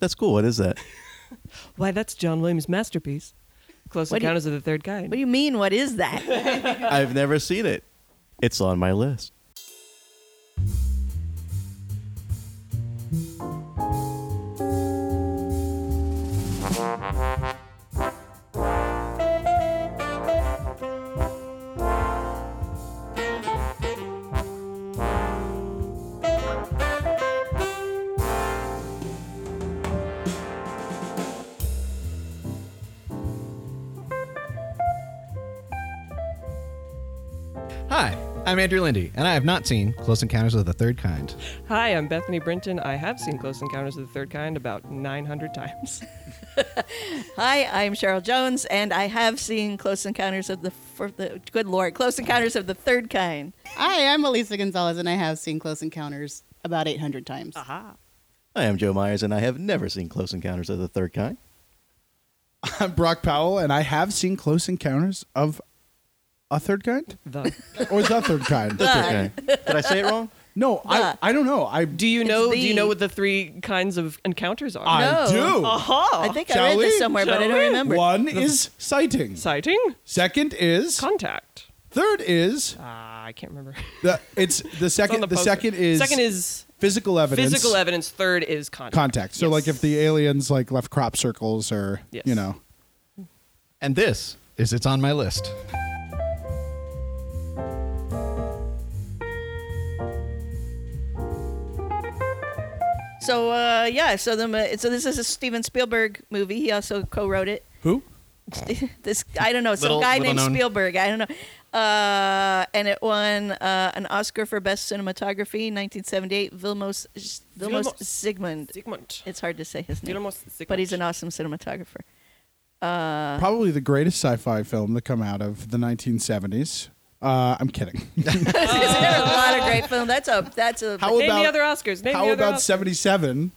that's cool. What is that? Why, that's John Williams' masterpiece, Close What do you- Encounters of the Third Kind. What do you mean? What is that? I've never seen it. It's on my list. Hi, I'm Andrew Lindy, and I have not seen Close Encounters of the Third Kind. Hi, I'm Bethany Brinton. I have seen Close Encounters of the Third Kind about 900 times. Hi, I'm Cheryl Jones, and I have seen Close Encounters of the, for the Good Lord, Close Encounters of the Third Kind. Hi, I'm Elisa Gonzalez, and I have seen Close Encounters about 800 times. Uh-huh. I am Joe Myers, and I have never seen Close Encounters of the Third Kind. I'm Brock Powell, and I have seen Close Encounters of a Third Kind The. or the Third Kind. Okay. Did I say it wrong? No, I, I don't know. I Do you know? Do you know the- what the three kinds of encounters are? I No. do. I think Shall I read this we? somewhere, but I Shall don't we? remember. One is sighting. Sighting, Second is contact. third is Ah, I can't remember. the it's the It's on second the, poster. second is second is physical evidence. physical evidence. Third is contact. contact. So Yes. like if the aliens like left crop circles or Yes. you know And this is It's On My List. So uh, yeah, so the mo- so this is a Steven Spielberg movie. He also co-wrote it. who? This I don't know some Little- guy little named known. Spielberg. I don't know. Uh, and it won uh, an Oscar for best cinematography, 1978. Vilmos Vilmos Vilmos- Zsigmond. Sigmund. It's hard to say his name, Vilmos Zsigmond. but he's an awesome cinematographer. Probably the greatest sci-fi film to come out of the 1970s. Uh, I'm kidding. there are a lot of great films. That's a that's a How Name about- the other Oscars. Name How the other about Oscars. 77?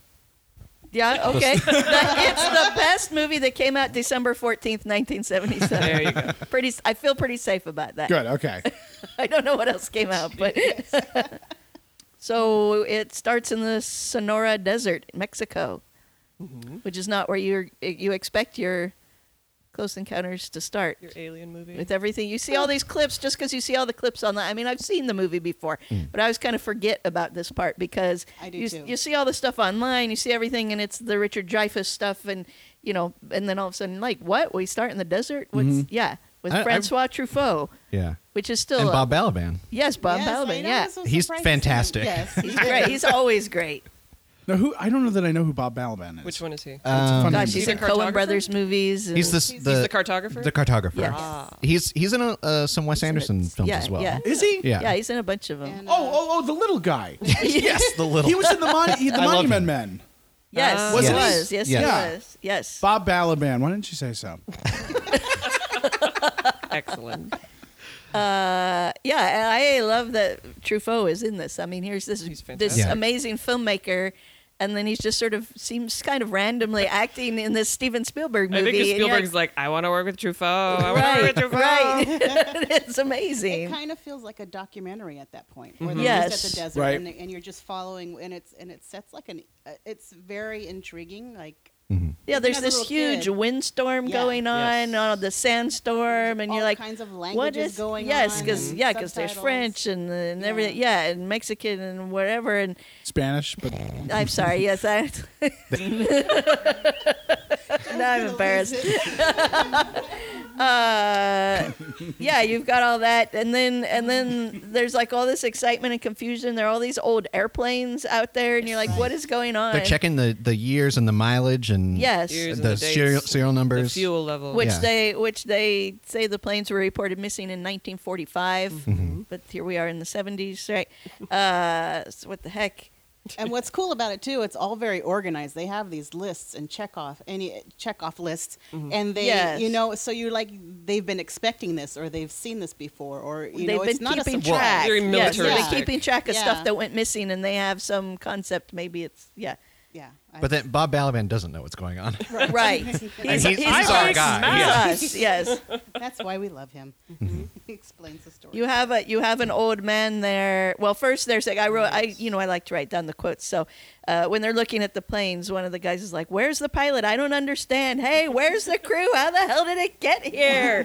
yeah okay. The- it's the best movie that came out December 14th, 1977. There you go. Pretty, s- I feel pretty safe about that. Good. Okay. I don't know what else came out, but so it starts in the Sonora Desert, Mexico, Mm-hmm. which is not where you you expect your close encounters to start. Your alien movie. With everything you see, all these clips, just because you see all the clips on the I mean, I've seen the movie before, Mm. but I always kind of forget about this part because I do you, too. you see all the stuff online, you see everything, and it's the Richard Dreyfuss stuff, and you know, and then all of a sudden, like, what? We start in the desert? What's yeah? With Mm-hmm. I- I- Francois Truffaut, Yeah. which is still and a- Bob Balaban. Yes, Bob Yes, I Balaban. know, Yeah, this was He's surprising. fantastic. Yes. he's great. He's always great. No, who? I don't know that I know who Bob Balaban is. Which one is he? Um, Fun Gosh, name. he's a in Coen cartographer? Brothers movies. and- He's the, the, he's the cartographer? The cartographer. Yes. He's he's in a, uh, some Wes in Anderson it. films Yeah, as well. yeah. is he? Yeah. yeah, he's in a bunch of them. And, uh, Oh, oh, oh, the little guy. Yes, the little. He was in the, mon- he- the I love Monument him. Men. yes, Ah. he Wasn't Oh. he? was. Yes, Yeah. he Yeah. was. Yes. Bob Balaban. Why didn't you say so? Excellent. Uh, yeah, and I love that Truffaut is in this. I mean, here's this He's this fantastic. Yeah. amazing filmmaker. And then he's just sort of seems kind of randomly acting in this Steven Spielberg I movie. think if and you're Spielberg's like, I want to work with Truffaut. I want to work right, with Truffaut. right. it's It amazing. kind of feels like a documentary at that point, where they're Oh, Mm-hmm. Yes. just at the desert, Right. and, they- and you're just following, and it's and it sets like an. Uh, it's very intriguing. Like Yeah, there's as a this little huge kid. windstorm Yeah. going on, Yes. uh, the sandstorm, and all you're like, kinds of what languages is going yes, on because and yeah, because there's subtitles. French and uh, and Yeah. everything, yeah, and Mexican and whatever, and Spanish, but I'm sorry, yes, I. now I'm embarrassed. uh, yeah, you've got all that, and then and then there's like all this excitement and confusion. There are all these old airplanes out there, and you're like, what is going on? They're checking the, the years and the mileage and Yes. the, Years and the dates. serial, serial The numbers. fuel level. which Yeah. they which they say the planes were reported missing in 1945 Mm-hmm. but here we are in the 70s right uh so what the heck and what's cool about it too, it's all very organized. They have these lists and check off any check off lists, and they Mm-hmm. Yes. you know so you're like they've been expecting this or they've seen this before or they've you know been it's not a keeping surprise. track Very Yes, they've been militaristic. keeping track of Yeah. stuff that went missing and they have some concept maybe it's yeah Yeah, I- But then Bob Balaban doesn't know what's going on. right. He's, he's- he's our us. guy, yeah. Us, yes. That's why we love him. Mm-hmm. he explains the story. Mm-hmm. You have a you have an old man there. Well, first there's like I wrote I you know I like to write down the quotes. So uh, when they're looking at the planes, one of the guys is like, "Where's the pilot? I don't understand. Hey, where's the crew? How the hell did it get here?"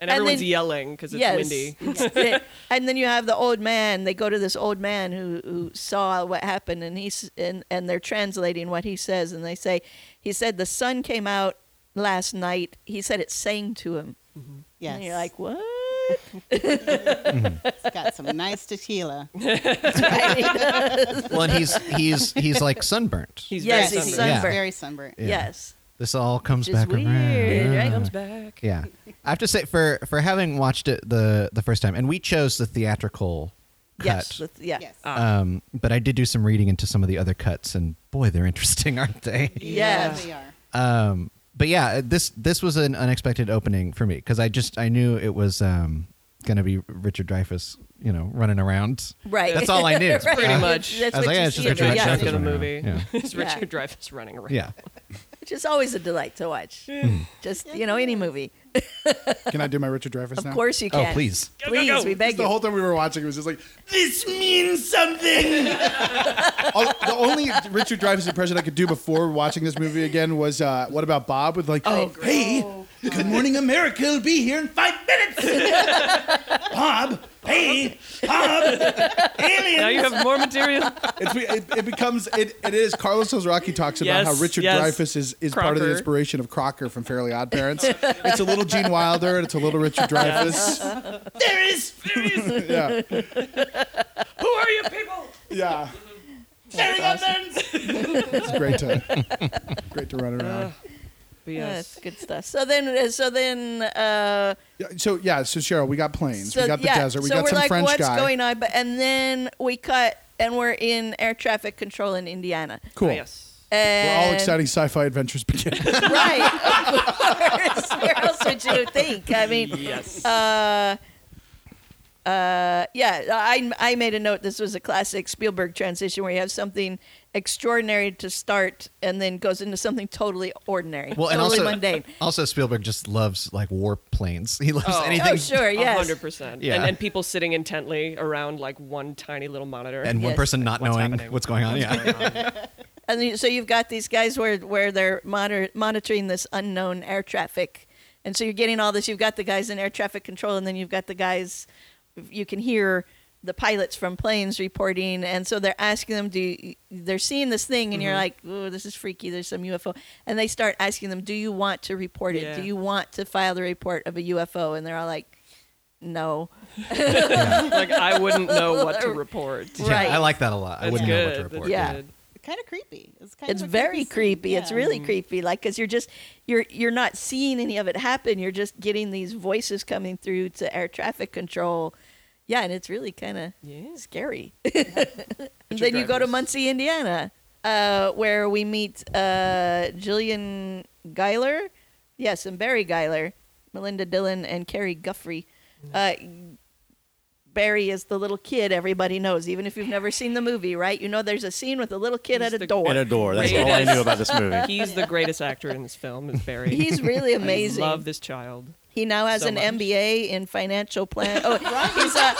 And everyone's then- yelling because it's yes. windy. Yes. and then you have the old man. They go to this old man who, who saw what happened, and he's and, and they're translating what he says, and they say, he said the sun came out last night. He said it sang to him. yes. And you're like, what? It's got some nice tequila. well, and he's he's he's like sunburnt. He's Yes, very he's sunburned. sunburned. Very sunburnt. Yeah. Yes. This all comes Which is back weird, around. right? Yeah. Comes back. Yeah, I have to say for for having watched it the the first time, and we chose the theatrical cut. Yes. with- yeah. Yes. Um, but I did do some reading into some of the other cuts, and boy, they're interesting, aren't they? Yeah, Yes. they are. Um, but yeah, this this was an unexpected opening for me because I just I knew it was um, gonna be Richard Dreyfuss, you know, running around. Right. That's all I knew. Right. Pretty much. That's I was what like, you yeah, it's see just in Richard the- Richard yeah, Dreyfuss Dreyfuss in a running around. movie. Yeah. It's Richard Yeah. Dreyfuss running around. Uh, Yeah. Which is always a delight to watch. Hmm. Just, you know, any movie. Can I do my Richard Dreyfuss Of now? course you Oh, can. please. Go, go, Please, go. we beg The you. whole time we were watching, it was just like, this means something. Oh, the only Richard Dreyfuss impression I could do before watching this movie again was, uh, what about Bob? With like, oh, hey, Good Morning America will be here in five minutes. Bob, hey, Bob, Now alien. you have more material. It's, it, it becomes, it, it is, Carlos Ozraki talks Yes, about how Richard yes. Dreyfuss is, is part of the Crocker. inspiration of Crocker from Fairly Odd Parents. it's a little Gene Wilder and it's a little Richard Dreyfuss. there is. There is. yeah. Who are you people? Yeah. Staring at them. It's great to great to run around. But Yeah, yes. that's good stuff. So then, so then, uh, Yeah, so yeah, so Cheryl, we got planes, so we got the yeah, desert, we so got we're some like, French what's guy. going on? But and then we cut, and we're in air traffic control in Indiana. Cool. Oh, yes. We're all And exciting sci-fi adventures begin. right? Of course. Where else would you think? I mean, Yes. uh, uh, yeah, I, I made a note. This was a classic Spielberg transition where you have something extraordinary to start and then goes into something totally ordinary, Well, and totally also mundane. also Spielberg just loves like warp planes. He loves Oh. anything Oh, sure, yes. hundred percent. Yeah. And then people sitting intently around like one tiny little monitor. and one Yes. person not What's knowing happening? what's going on. yeah. And you- so you've got these guys where where they're monitor, monitoring this unknown air traffic, and so you're getting all this. You've got the guys in air traffic control, and then you've got the guys. You can hear the pilots from planes reporting, and so they're asking them. Do you, they're seeing this thing, and you're like, "Oh, this is freaky. There's some UFO," and they start asking them, "Do you want to report it? Yeah. Do you want to file the report of a UFO?" And they're all like, "No." like I wouldn't know what to report. Yeah, Right. I like that a lot. I That's wouldn't know what to good. report. That's Yeah. good. Kind of creepy. It's kind it's of a very scene. creepy. It's Yeah. really creepy. Like, cause you're just you're you're not seeing any of it happen. You're just getting these voices coming through to air traffic control. Yeah, and it's really kind of Yeah. scary. and then you go to drivers. Muncie, Indiana, uh, where we meet uh, Jillian Geiler, yes, and Barry Geiler, Melinda Dillon, and Carrie Guffrey. Uh, Barry is the little kid everybody knows, even if you've never seen the movie, right? You know, there's a scene with a little kid He's at a the- door. And a door. That's all I knew about this movie. He's the greatest actor in this film. Is Barry. He's really amazing. I love this child. He now has so an much. MBA in financial plan. Oh, he's a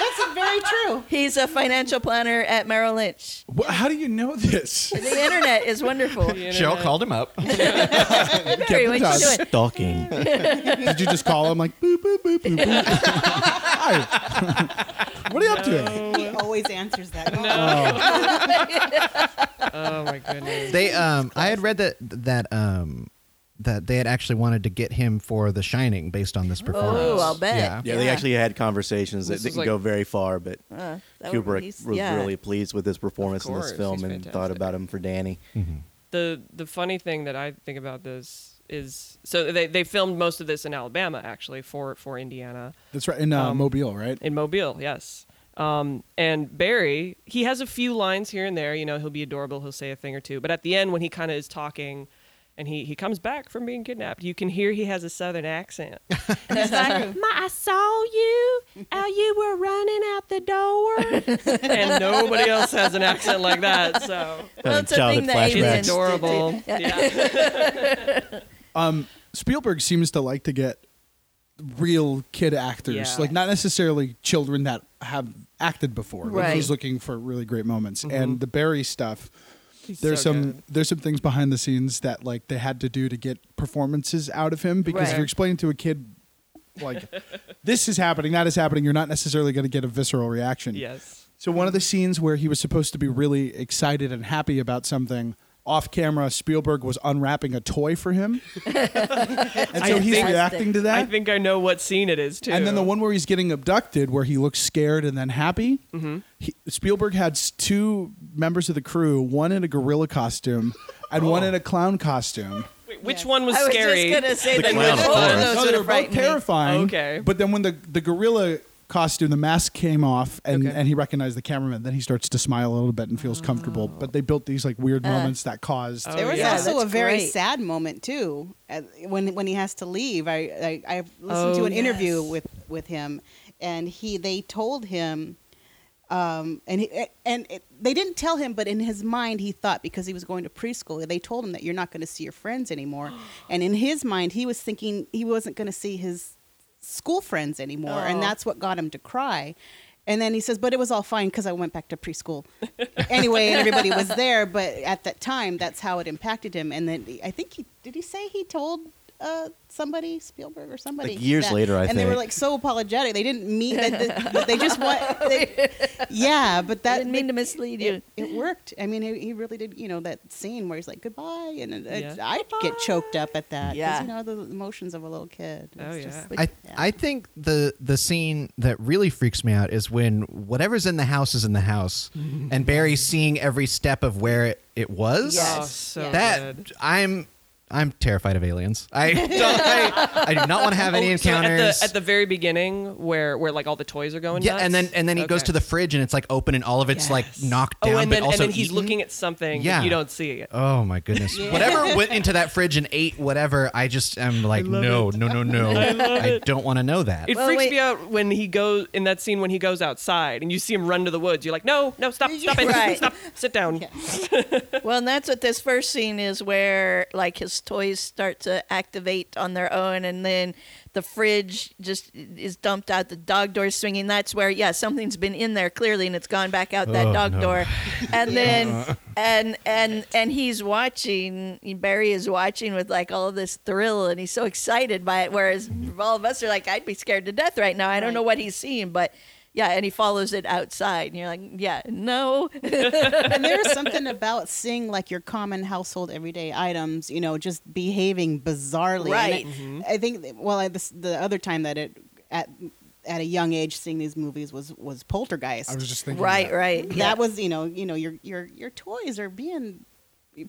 That's very true. he's a financial planner at Merrill Lynch. Wha- How do you know this? The internet is wonderful. Cheryl called him up. Barry, what you doing? Stalking. Did you just call him like boop boop boop boop? boop. Hi. what are you up to? He always answers that. Oh my goodness. they um I had read that that um that they had actually wanted to get him for The Shining based on this performance. Oh, I'll bet. Yeah. Yeah, they actually had conversations that This is didn't like- go very far, but uh, That would- Kubrick he's- was yeah. really pleased with his performance in this course, film he's and thought fantastic. about him for Danny. the the funny thing that I think about this is so they, they filmed most of this in Alabama actually for for Indiana That's right in uh, Um, Mobile, right? in Mobile yes um, and Barry he has a few lines here and there you know he'll be adorable he'll say a thing or two but at the end when he kind of is talking and he, he comes back from being kidnapped. You can hear he has a southern accent. And he's like, Exactly. "Ma, I saw you, how you were running out the door. and nobody else has an accent like that. So Having Well, it's a childhood thing that he's Amen. flashbacks. adorable. Yeah. Spielberg seems to like to get real kid actors, Yeah. like not necessarily children that have acted before. Like, Right. he's looking for really great moments, and the Barry stuff. He's There's Mm-hmm. so some good. there's some things behind the scenes that like they had to do to get performances out of him because if Right. you're explaining to a kid like this is happening, that is happening, you're not necessarily going to get a visceral reaction. Yes. So one of the scenes where he was supposed to be really excited and happy about something off camera, Spielberg was unwrapping a toy for him, and so I he's think- reacting to I that. think I know what scene it is too. And then the one where he's getting abducted, where he looks scared and then happy. Mm-hmm. He, Spielberg had s- two members of the crew, one in a gorilla costume and Oh. one in a clown costume. Wait, which one was I was scary? just gonna say The that clown, of both of course. those would No, they have were Oh, both frightened me. terrifying. Okay. But then when the, the gorilla costume, the mask came off, and, Okay. and he recognized the cameraman, then he starts to smile a little bit and feels comfortable. Oh. But they built these like Uh. weird moments that caused. Oh, There was yeah. also That's a very great. sad moment too, at- when when he has to leave. I I, I listened Oh, to an interview yes. with with him, and he they told him, um, and he, and it, they didn't tell him, but in his mind he thought because he was going to preschool, they told him that you're not going to see your friends anymore, and in his mind he was thinking he wasn't going to see his school friends anymore, and Oh. that's what got him to cry. And then he says, "But it was all fine because I went back to preschool anyway, and everybody was there. But at that time, that's how it impacted him. And then I think he did. He say he told uh, somebody Spielberg or somebody Like, years later, I and they were think. like so apologetic. They didn't mean that. They, they just want. They, yeah, but that I didn't mean to mislead you. it, it worked. I mean, he, he really did. You know that scene where he's like goodbye, and it, Yeah. it- I get choked up at that. 'cause, Yeah. you know the emotions of a little kid. Oh, It's just yeah. like- I I think the the scene that really freaks me out is when whatever's in the house is in the house, and Barry's seeing every step of where it, it was. Oh, Yes. so that good. I'm I'm terrified of aliens. I don't. I, I do not want to have any Oh, so at the- encounters. at, the, very beginning, where where like all the toys are going. yeah, nuts? and then and then he goes Okay. to the fridge and it's like open and all of it's like Yes. knocked down, Oh, and but then, also and then he's eaten. looking at something that Yeah. you don't see it. Oh my goodness! Whatever went into that fridge and ate whatever, I just am like, no, no, no, no, I, don't want to know that. It Well, freaks wait. me out when he goes in that scene when he goes outside and you see him run to the woods. You're like, no, no, stop, stop it, Right. stop, sit down. Well, and that's what this first scene is where like his toys start to activate on their own and then the fridge just is dumped out the dog door is swinging that's where yeah something's been in there clearly and it's gone back out that Oh, dog no. door and then and and and he's watching Barry is watching with like all of this thrill and he's so excited by it whereas all of us are like I'd be scared to death right now I don't Right. know what he's seeing but yeah, and he follows it outside, and you're like, yeah, no, and there's something about seeing like your common household everyday items, you know, just behaving bizarrely. And Right. Mm-hmm. it- I think. that- Well, I, this, the other time that it at at a young age seeing these movies was was Poltergeist. I was just thinking. right, that. right, that Eh, yeah. was you know you know your your your toys are being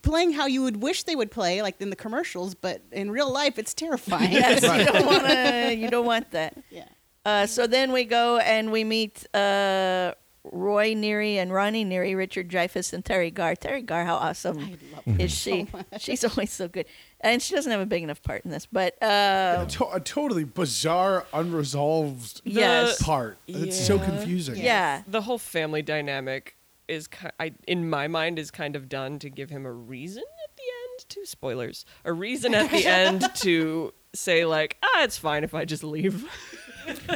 playing how you would wish they would play like in the commercials, but in real life it's terrifying. Yes, you don't want to. You don't want that. Yeah. Uh, so then we go and we meet uh, Roy Neary and Ronnie Neary, Richard Dreyfuss and Terry Gar. Terry Gar, how awesome is she? She's always so good, and she doesn't have a big enough part in this. But uh, To- a totally bizarre, unresolved yes, part. It's so Yeah. confusing. yeah, The whole family dynamic is, ki- I, in my mind, is kind of done to give him a reason at the end to spoilers, a reason at the end to say like, ah, it's fine if I just leave.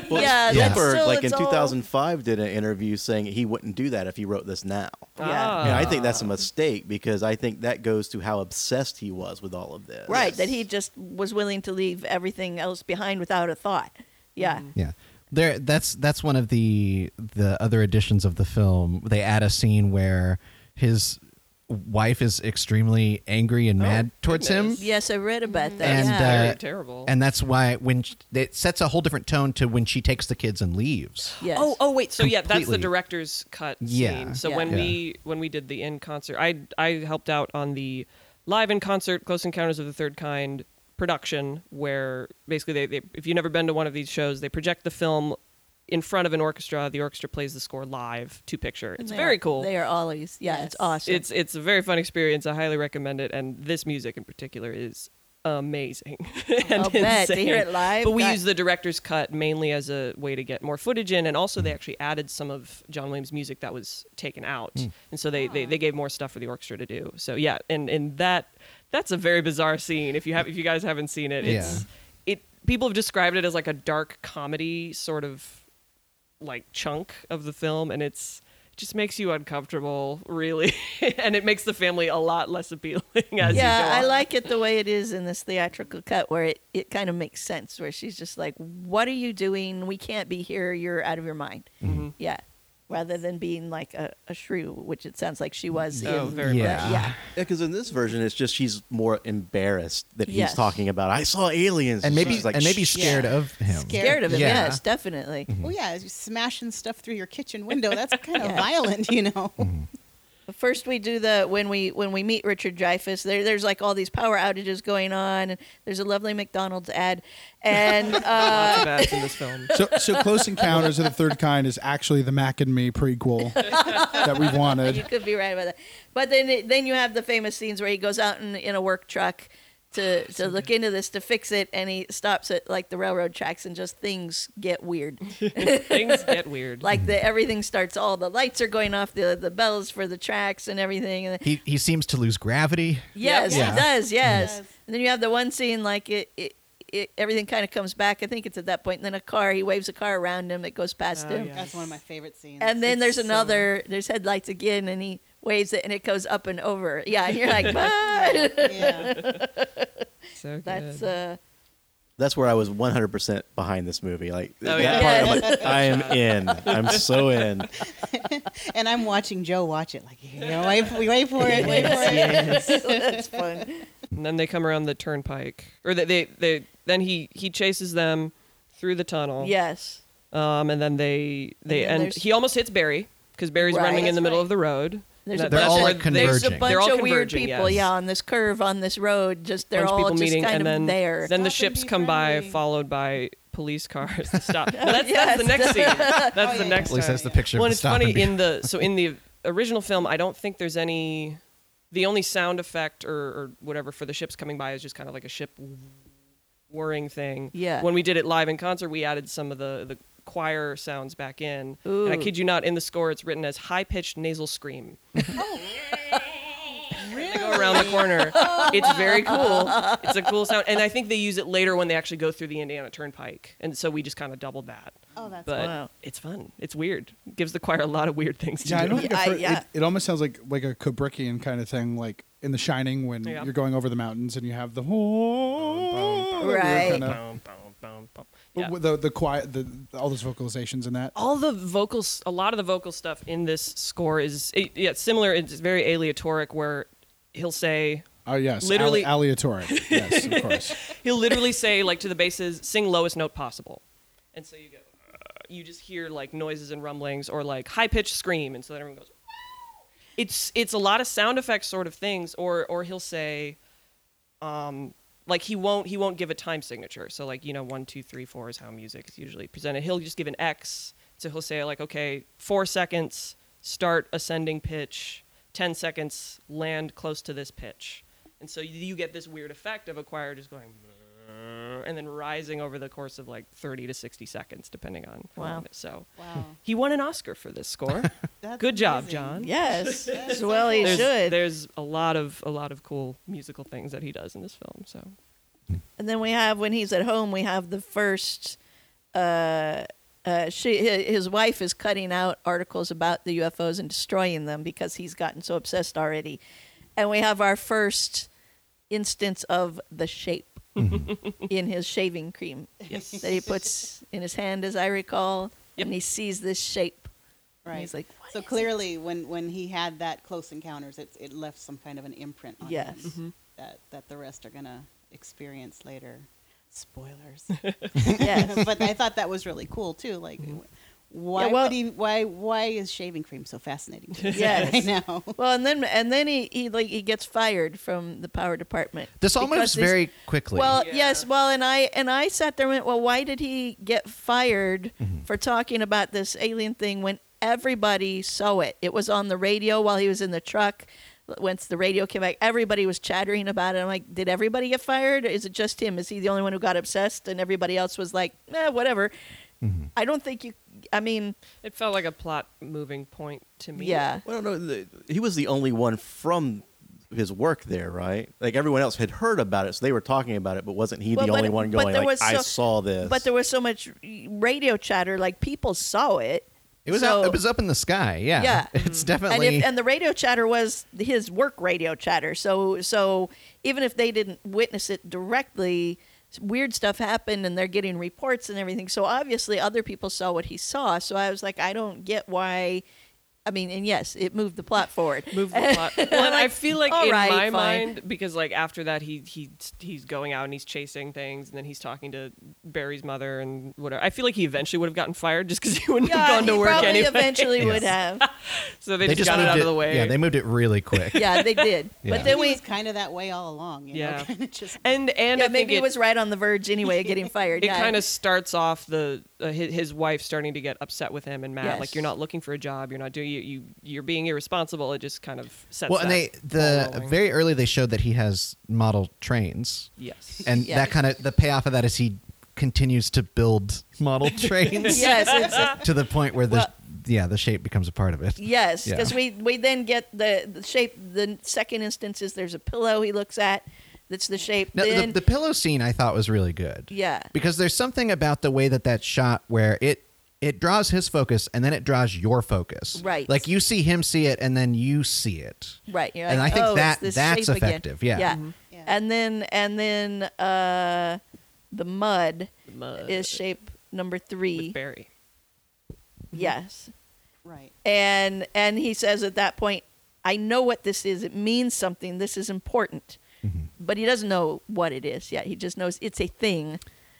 Well, Yeah, that's Spielberg, still- like in it's all- 2005, did an interview saying he wouldn't do that if he wrote this now. Yeah. And I Ah. think that's a mistake because I think that goes to how obsessed he was with all of this. right. That he just was willing to leave everything else behind without a thought. Yeah, Yeah. There that's that's one of the the other editions of the film. They add a scene where his wife is extremely angry and mad towards goodness. him. yes, I read about that. And, yeah. Very uh, terrible. And that's why when sh it sets a whole different tone to when she takes the kids and leaves. yes. Oh, oh, wait. So yeah, that's the Completely. director's cut Yeah. scene. So Yeah. when Yeah. we when we did the in concert, I I helped out on the live in concert Close Encounters of the Third Kind production, where basically they, they if you've never been to one of these shows, they project the film in front of an orchestra. The orchestra plays the score live to picture. It's They are- very cool. They are always yeah, Yes. it's awesome. It's it's a very fun experience. I highly recommend it. And this music in particular is amazing. and I'll bet. To insane. hear it live, But we that- use the director's cut mainly as a way to get more footage in, and also they actually added some of John Williams' music that was taken out, and so they, they they gave more stuff for the orchestra to do. So yeah, and and that that's a very bizarre scene. If you have if you guys haven't seen it, it's it people have described it as like a dark comedy sort of like chunk of the film and it's it just makes you uncomfortable really and it makes the family a lot less appealing as you yeah, go I on. like it the way it is in this theatrical cut where it, it kind of makes sense where she's just like, What are you doing? We can't be here, you're out of your mind. mm-hmm, Yeah. Rather than being like a, a shrew, which it sounds like she was Oh, in very much. Yeah. yeah. because in this version, it's just she's more embarrassed that Yes. he's talking about. I saw aliens, and maybe she's like, and maybe "Shh." scared Yeah. of him. Scared. Scared of it, Yeah. yes, definitely. Well, yeah, as you smashing stuff through your kitchen window, that's kind of Yeah. violent, you know. Mm-hmm. First, we do the when we when we meet Richard Dreyfuss. There, there's like all these power outages going on, and there's a lovely McDonald's ad, and uh, Lots of ads in this film So, so Close Encounters of the Third Kind is actually the Mac and Me prequel that we you wanted. could be right about that. But then it, then you have the famous scenes where he goes out in, in a work truck to to look into this to fix it, and he stops at like the railroad tracks, and just things get weird. things get weird like the everything starts, all the lights are going off, the the bells for the tracks and everything, and He he seems to lose gravity. Yes, Yeah. it does. Yes. does. And then you have the one scene like it, it, it everything kind of comes back. I think it's at that point. And then a car, he waves a car around him. It goes past Oh, him. yeah. That's one of my favorite scenes. And then It's there's so- another. There's headlights again, and he waves it, and it goes up and over. Yeah, and you're like, "Bye." Yeah. so good. That's uh, That's where I was 100 percent behind this movie. Like Oh, that yeah. part, I'm like, I am in. I'm so in. and I'm watching Joe watch it, like, you know, wait, we wait for it, wait for it. that's fun. and then they come around the turnpike or they, they they then he he chases them through the tunnel Yes. um and then they they then and, there's- he almost hits barry because barry's Right. running in the That's middle right. of the road There's And a that- that's bunch where of- they- There's There's a Converging. bunch They're all of weird converging, people, yes. yeah, on this curve, on this road. Just they're bunch of all people just meeting, kind and of then there. then the Stop and ships be come by, friendly. followed by police cars to stop. Well, that's, that's Yes. the next scene. That's yeah, the yeah. next. At least time. that's the picture. Well, and of the it's stop funny and be- in the so in the original film, I don't think there's any. The only sound effect or, or whatever for the ships coming by is just kind of like a ship whirring thing. Yeah. When we did it live in concert, we added some of the the choir sounds back in. And I Ooh. kid you not, in the score, it's written as high pitched nasal scream. They go around the corner. It's very cool. It's a cool sound, and I think they use it later when they actually go through the Indiana Turnpike, and so we just kind of doubled that. Oh, that's But Wow. it's fun. It's weird. gives the choir a lot of weird things to Yeah, I do. don't think I've I- heard- yeah. It, it almost sounds like like a Kubrickian kind of thing, like in The Shining when Yeah. you're going over the mountains and you have the whole Right. Bum, bum, bum, bum. Yeah. the the quiet the all those vocalizations and that. all the vocals a lot of the vocal stuff in this score is it, yeah it's similar it's very aleatoric where he'll say Oh yes, Literally- Ali- aleatory. Yes, of course. he'll literally say like to the basses sing lowest note possible and so you go uh, you just hear like noises and rumblings or like high pitched scream and so then everyone goes "Wow." it's it's a lot of sound effects sort of things or or he'll say um like he won't he won't give a time signature so like you know one two three four is how music is usually presented he'll just give an x so he'll say like okay four seconds start ascending pitch 10 seconds land close to this pitch and so you, you get this weird effect of a choir just going and then rising over the course of like 30 to 60 seconds depending on Wow. so Wow. he won an oscar for this score That's good job amazing. john Yes. As well, he there's, should. there's a lot of a lot of cool musical things that he does in this film so And then we have when he's at home, we have the first. Uh, uh, she hi- his wife is cutting out articles about the UFOs and destroying them because he's gotten so obsessed already, and we have our first instance of the shape in his shaving cream Mm-hmm. yes that he puts in his hand, as I recall, Yep. and he sees this shape. Right. he's like, "What so is it?" clearly, when when he had that close encounters, it it left some kind of an imprint on Yes. him Mm-hmm. that that the rest are gonna experience later. Spoilers. Yes. Mm-hmm. but I thought that was really cool too. Like, Why well- would he? Why why is shaving cream so fascinating? to us Yes. right now. Well, and then and then he, he like he gets fired from the power department. This all because moves these- very quickly. Well, Yeah. yes. Well, and I and I sat there and went, well, why did he get fired for talking about this alien thing when everybody saw it? It was on the radio while he was in the truck. Once the radio came back, everybody was chattering about it. I'm like, did everybody get fired? Or is it just him? Is he the only one who got obsessed? And everybody else was like, eh, whatever. I don't think you. I mean, It felt like a plot moving point to me. yeah. Well, no, the, he was the only one from his work there, right? Like everyone else had heard about it, so they were talking about it, but wasn't he Well, the but- only one but going? there Like was I so- saw this, But there was so much radio chatter, like people saw it. it was so- out, it was up in the sky. Yeah, Yeah. It's and definitely if, and the radio chatter was his work radio chatter. So so even if they didn't witness it directly, weird stuff happened, and they're getting reports and everything. So obviously, other people saw what he saw. So I was like, I don't get why. I mean, and yes, it moved the plot forward. Move the plot. Well, and I feel like all in right, my fine. mind, because like after that, he he he's going out and he's chasing things, and then he's talking to Barry's mother and whatever. I feel like he eventually would have gotten fired just because he wouldn't have Yeah, gone he to work probably anyway. eventually would have. so they, just, got it moved out of the way. Yeah, they moved it really quick. Yeah, they did. Yeah. But then he we, was kind of that way all along. You Yeah. Know? Kinda just and and yeah, I think maybe it, was right on the verge anyway of getting fired. It yeah. kind of starts off the uh, his, his wife starting to get upset with him and Matt. Yes. Like you're not looking for a job. You're not doing you, you you're being irresponsible. It just kind of sets. Well, and they that ball the rolling. very early they showed that he has model trains, yes. and Yeah. that kind of the payoff of that is he continues to build model trains yes, it's, to the point where the Well- yeah the shape becomes a part of it. Yes, Yeah. because we we then get the, the shape. The second instance is there's a pillow he looks at. That's the shape. No, then the, the pillow scene I thought was really good. Yeah. Because there's something about the way that that's shot where it it draws his focus and then it draws your focus. Right. Like you see him see it and then you see it. right. You're and like, I think oh, it's that- this that's shape again." effective, yeah. Yeah. Mhm. Yeah. And then and then uh, the mud, is shape number three. with Barry. Mm-hmm. Yes. right. and and he says at that point i know what this is it means something this is important Mm-hmm. but he doesn't know what it is yet he just knows it's a thing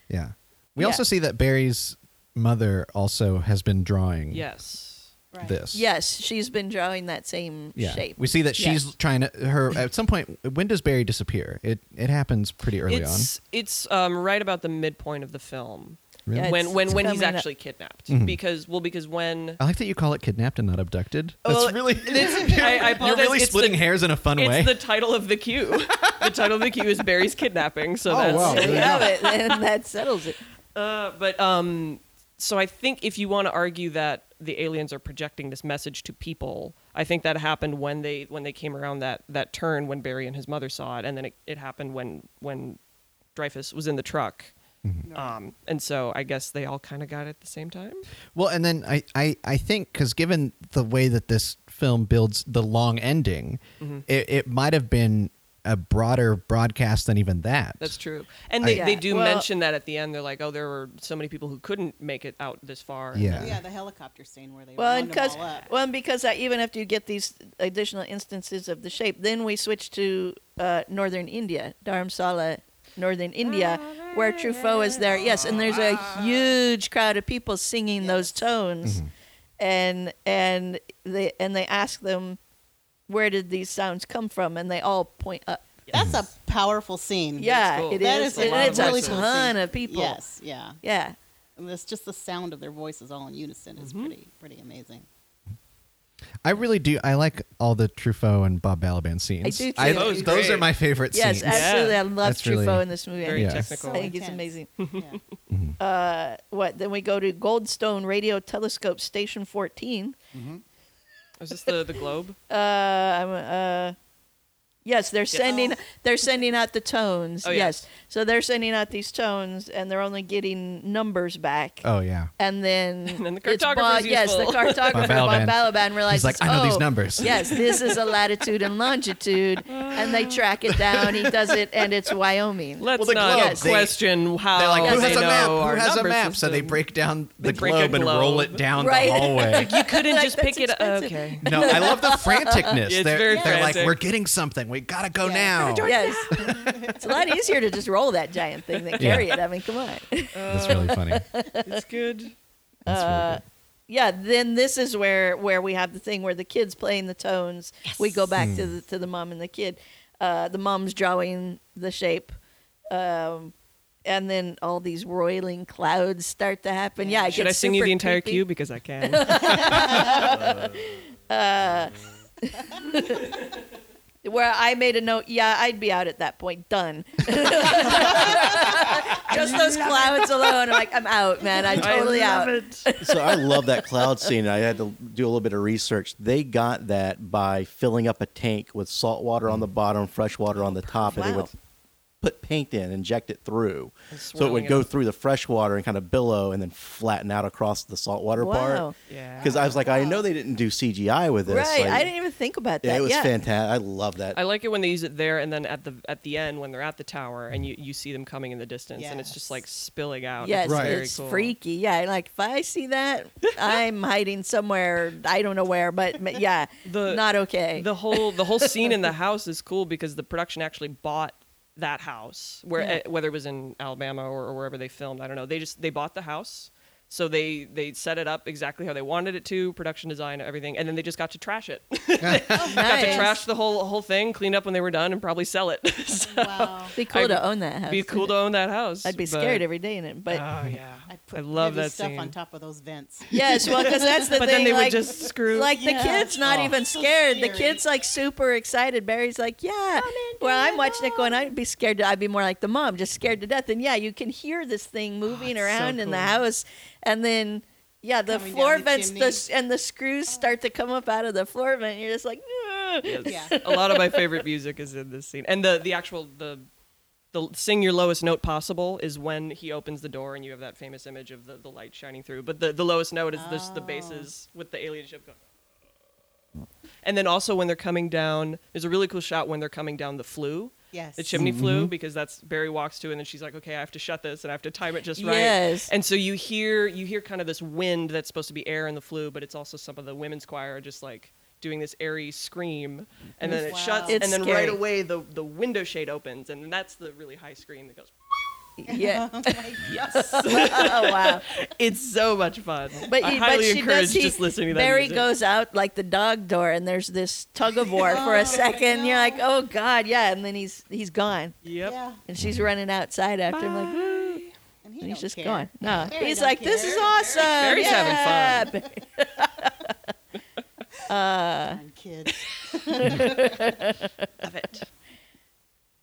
Yeah. We Yeah. also see that Barry's mother also has been drawing Yes. Right. this. yes she's been drawing that same Yeah. shape We see that Yeah. she's trying to her at some point when does Barry disappear? It it happens pretty early on. it's it's um, right about the midpoint of the film Really? Yeah, when it's- when it's when he's coming up. actually kidnapped Mm-hmm. because well because when I like that you call it kidnapped and not abducted. That's Well, really Oh, I, I You're apologize, really it's the- splitting hairs in a fun It's way. the title of the cue. the title of the cue is Barry's kidnapping. So Oh, that's wow. we have it and that settles it Uh, but um, so I think if you want to argue that the aliens are projecting this message to people, I think that happened when they when they came around that that turn when Barry and his mother saw it, and then it, it happened when when Dreyfus was in the truck. Mm-hmm. Um, and so I guess they all kind of got it at the same time. Well, and then I, I, I think because given the way that this film builds the long ending, it, it might have been a broader broadcast than even that. That's true. And they, I- they Yeah. do Well- mention that at the end. They're like, oh, there were so many people who couldn't make it out this far. and Yeah. Oh, yeah, the helicopter scene where they well well, and because all up. well and because I, even after you get these additional instances of the shape then we switch to uh, northern india dharamsala northern india where truffaut is there yes and there's a huge crowd of people singing those tones Mm-hmm. and and they and they ask them where did these sounds come from and they all point up That's a powerful scene. yeah cool. it That is, is a and lot of it's a really cool ton scenes. of people Yes, yeah. yeah And it's just the sound of their voices all in unison Mm-hmm. is pretty pretty amazing. I really do. I like all the Truffaut and Bob Balaban scenes. do, too. those, Those those great. are my favorite yes scenes. absolutely i Yeah. love That's truffaut really- in this movie Very Yeah. technical. i think he's Intense. amazing Yeah. what then we go to goldstone radio telescope station 14 Is this the, the globe? uh, I'm, uh yes they're sending they're sending out the tones Oh, yes. yes. so they're sending out these tones and they're only getting numbers back Oh yeah. and then, And then the it's cartographer's yes the useful. cartographer Bob Bob Balaban. Balaban realizes He's like, I know these "Oh, numbers. yes this is a latitude and longitude and they track it down he does it and it's Wyoming Let's the not globe, they- question how They're like, who Oh, they has a know map? our Who has a number map? So they system. break down the break a globe and roll globe. it down Right. the hallway. You couldn't Like, just that's pick it up. expensive. Okay. no, I love the franticness. It's they're very they're like, frantic. we're getting something. We gotta go Yeah. now. yes it's a lot easier to just roll that giant thing than carry it I mean come on That's really funny. That's It's good. really good. yeah, then this is where where we have the thing where the kids playing the tones. We go back to Hmm. the to the mom and the kid. Uh, the mom's drawing the shape, um, and then all these roiling clouds start to happen. Yeah, it Should I gets sing you super the entire creepy. cue because I can? Where I made a note. Yeah, I'd be out at that point. Done. Just those clouds alone. I'm like, I'm out, man. I'm totally I love out. it. so I love that cloud scene. I had to do a little bit of research. They got that by filling up a tank with salt water on the bottom, fresh water on the top, and they would Wow. put paint in, inject it through, And so it swirling would it go up. through the fresh water and kind of billow, and then flatten out across the salt water Wow. part. Yeah. Because I was like, I know they didn't do CGI with this. Right. like- I didn't even think about that. Yeah, it was yeah. fantastic. I love that. I like it when they use it there and then at the at the end when they're at the tower and you, you see them coming in the distance and it's just Yes. like spilling out. Yes, it's Right. very it's cool. freaky. Yeah, like if I see that, I'm hiding somewhere. I don't know where, but, but yeah, The- not okay. The whole the whole scene in the house is cool because the production actually bought that house where Yeah. eh, whether it was in Alabama or, or wherever they filmed, I don't know. They just they bought the house. So they they set it up exactly how they wanted it to, production design, everything, and then they just got to trash it. Got to Nice. trash the whole whole thing, clean up when they were done, and probably sell it. So Wow. Be cool I'd to own that house. be cool to own that house. I'd be but- scared every day in it, but Oh yeah, I, put love heavy that stuff scene. on top of those vents. yes, well, because that's the But then thing. they like, would just screw. like Yeah. the kid's not Oh. even So scared. the scary. kid's like super excited. Barry's like, yeah. Well, I'm watching it going. I'd be scared. To, I'd be more like the mom, just scared to death. And yeah, you can hear this thing moving it's so around in the cool. house, and then. Yeah, the Coming down floor the vents chimney. the, s- and the screws start to come up out of the floor vent. and You're just like, "Ugh." Yes. Yeah. a lot of my favorite music is in this scene, and the the actual the the sing your lowest note possible is when he opens the door and you have that famous image of the, the light shining through. But the, the lowest note is this the basses with the alien ship going. And then also when they're coming down, there's a really cool shot when they're coming down the flue. Yes. the chimney flue because that's Barry walks to, and then she's like, "Okay, I have to shut this, and I have to time it just right." Yes. And so you hear you hear kind of this wind that's supposed to be air in the flue, but it's also some of the women's choir are just like doing this airy scream, and then it Wow. shuts, It's and then scary. right away the the window shade opens, and that's the really high scream that goes. yeah. Oh my God. oh wow. It's so much fun. But, I he, highly but she encourage does. He, just listening to that Barry music. goes out like the dog door, and there's this tug of war for a second. and You're like, oh god, yeah, and then he's he's gone, Yep. Yeah. and she's running outside after him, like, "Woo," And he and he's don't just care. gone. No, Barry he's don't like, this care. is awesome. Barry's yeah. having fun. Darn kids. Love it.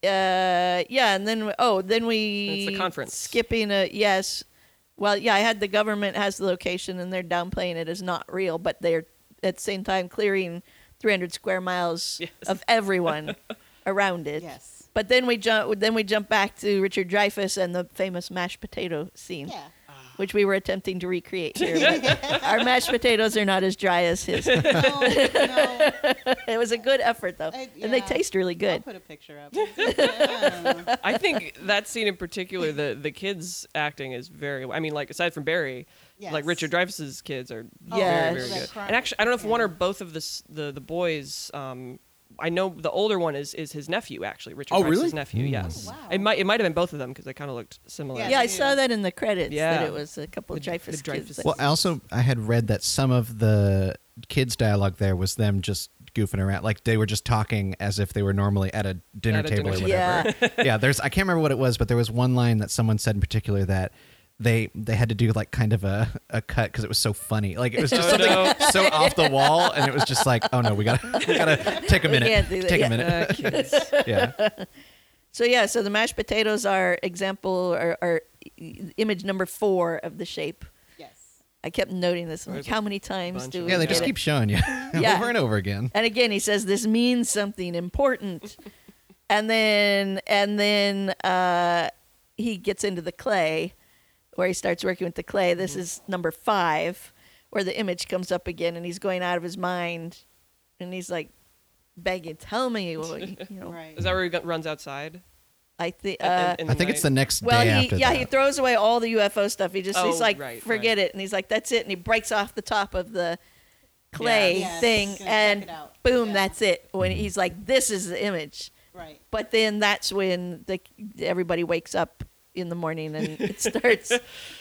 Uh, yeah, and then we- oh, then we It's the conference. skipping a yes. Well, yeah, I had the government has the location, and they're downplaying it as not real, but they're at the same time clearing 300 square miles Yes. of everyone around it. Yes. But then we jump. Then we jump back to Richard Dreyfuss and the famous mashed potato scene, Yeah. which we were attempting to recreate here. but our mashed potatoes are not as dry as his. it No, no. was a good effort though, I- and they yeah. taste really I'll good. put a picture up. Yeah. I think that scene in particular, the the kids acting is very. I mean, like aside from Barry, like Yes. Oh, Richard Dreyfuss's kids are Yes. very very That good. cry- And actually, I don't know if one yeah. or both of the s- the the boys. Um, I know the older one is is his nephew actually. Richard Oh, Dreyfuss's really? nephew. Yes. Oh, wow. It might it might have been both of them because they kind of looked similar. Yeah. yeah, I saw that in the credits Yeah. that it was a couple of The- Dreyfus the Dreyfus kids. that- Well, I also I had read that some of the kids' dialogue there was them just goofing around, like they were just talking as if they were normally at a dinner At a table dinner or whatever. Yeah. there's I can't remember what it was, but there was one line that someone said in particular that they they had to do like kind of a, a cut because it was so funny. Like it was just Oh, something no. so off the wall, and it was just like, oh no, we gotta we gotta take a minute, can't do that. take Yeah. a minute. Uh, kids. yeah, So yeah, so the mashed potatoes are example or, or image number four of the shape. yes. I kept noting this. I'm like, There's how many times bunch do of we? yeah. They get just it? keep showing you Yeah. over and over again. And again, he says this means something important, and then and then uh, he gets into the clay, where he starts working with the clay. This is number five, where the image comes up again, and he's going out of his mind, and he's like, begging, "Tell me, well, you know." Right. Is that where he go- runs outside? I think. At- Uh, in- in I think it's the night? next Well, day he, after yeah, that. he throws away all the UFO stuff. He just, Oh, he's like, right, forget right. it. And he's like, that's it. And he breaks off the top of the clay Yeah. Yeah, thing just gonna and check it out. boom, Yeah. that's it. When he's like, this is the image. Right. But then that's when the everybody wakes up in the morning and it starts.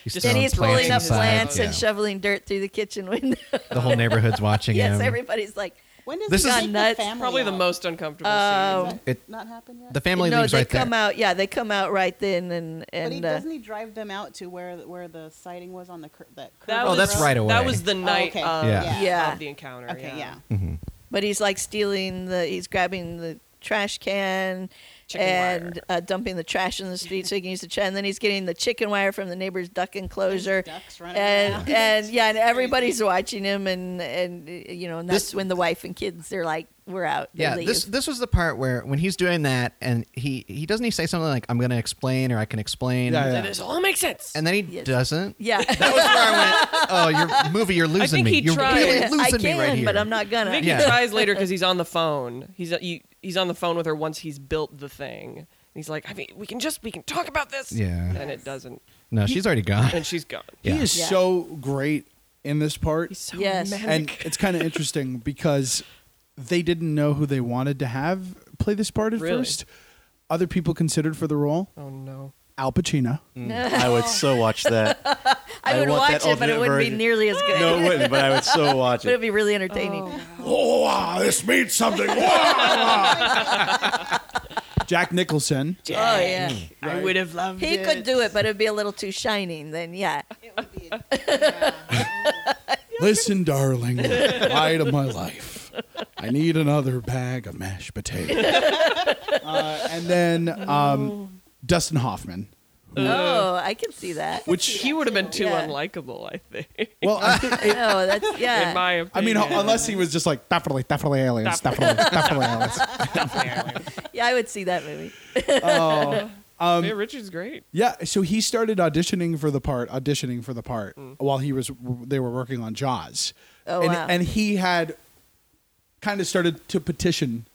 He's Just then throwing he's rolling up plants inside, plants and yeah. shoveling dirt through the kitchen window. The whole neighborhood's watching yes, him. everybody's like, When does This he is- take the Nuts. family Probably the out? most uncomfortable Oh. scene. Has It- that not happened yet. the family no, leaves they right come there. out. Yeah, they come out right then and but and he uh, doesn't he drive them out to where where the sighting was on the cur- that That curve Oh, was, of that's the right road? That away. was the night Oh, okay. of, Yeah. Yeah. of the encounter. Okay, yeah. but he's like stealing the. He's grabbing the trash can. Chicken and wire. uh, dumping the trash in the street so he can use the trash. And then he's getting the chicken wire from the neighbor's duck enclosure. ducks running and around. and yeah, and everybody's watching him, and and uh, you know, and that's This- when the wife and kids they're like, "We're out." They Yeah, leave. this this was the part where when he's doing that and he he doesn't he say something like I'm gonna explain or I can explain Yeah, yeah. That is all makes sense. and then he Yes. doesn't. yeah. That was where I went. Oh, your movie, you're losing think me. he You're tried. really Yeah, losing I can, me right here. but I'm not I gonna. think Yeah. he tries later because he's on the phone. He's uh, he, he's on the phone with her once he's built the thing. And he's like, I mean, we can just we can talk about this. Yeah. And it doesn't. No, she's already gone. And she's gone. Yeah. He is Yeah. so great in this part. He's so Yes. manic. and it's kind of interesting because they didn't know who they wanted to have play this part at Really? first. Other people considered for the role: oh no. Al Pacino. I would so watch that. I would want that watch it, but it alternate wouldn't version. be nearly as good. No, it wouldn't, but I would so watch but it. it'd be really entertaining. Oh, wow, this means something. Wow. Jack Nicholson. Oh, yeah, I would have loved he it. could do it, but it'd be a little too shining. Then yeah, It would be a- yeah. Listen, darling, light of my life. I need another bag of mashed potatoes. uh, and then um, Dustin Hoffman. oh, I can see that. Which He would have been too Yeah. unlikable, I think. well, I, think it- No, Oh, that's yeah. In my I mean, opinion. unless he was just like definitely, definitely aliens, definitely, definitely aliens. yeah, I would see that movie. um, yeah, Richard's great. Yeah, so he started auditioning for the part, auditioning for the part while he was they were working on Jaws. Oh, and, wow. and he had kind of started to petition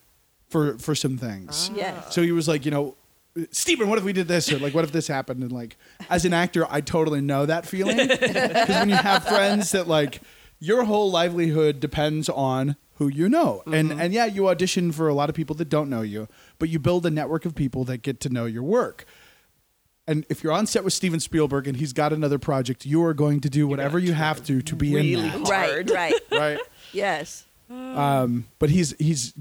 for for some things. Yes. So he was like, you know, Stephen, what if we did this? Or like, what if this happened? And like, as an actor, I totally know that feeling because when you have friends that like your whole livelihood depends on who you know, and and yeah, you audition for a lot of people that don't know you, but you build a network of people that get to know your work. And if you're on set with Steven Spielberg and he's got another project, you are going to do whatever you have to to be in Really that, Right, right. right? Yes. Um, But he's he's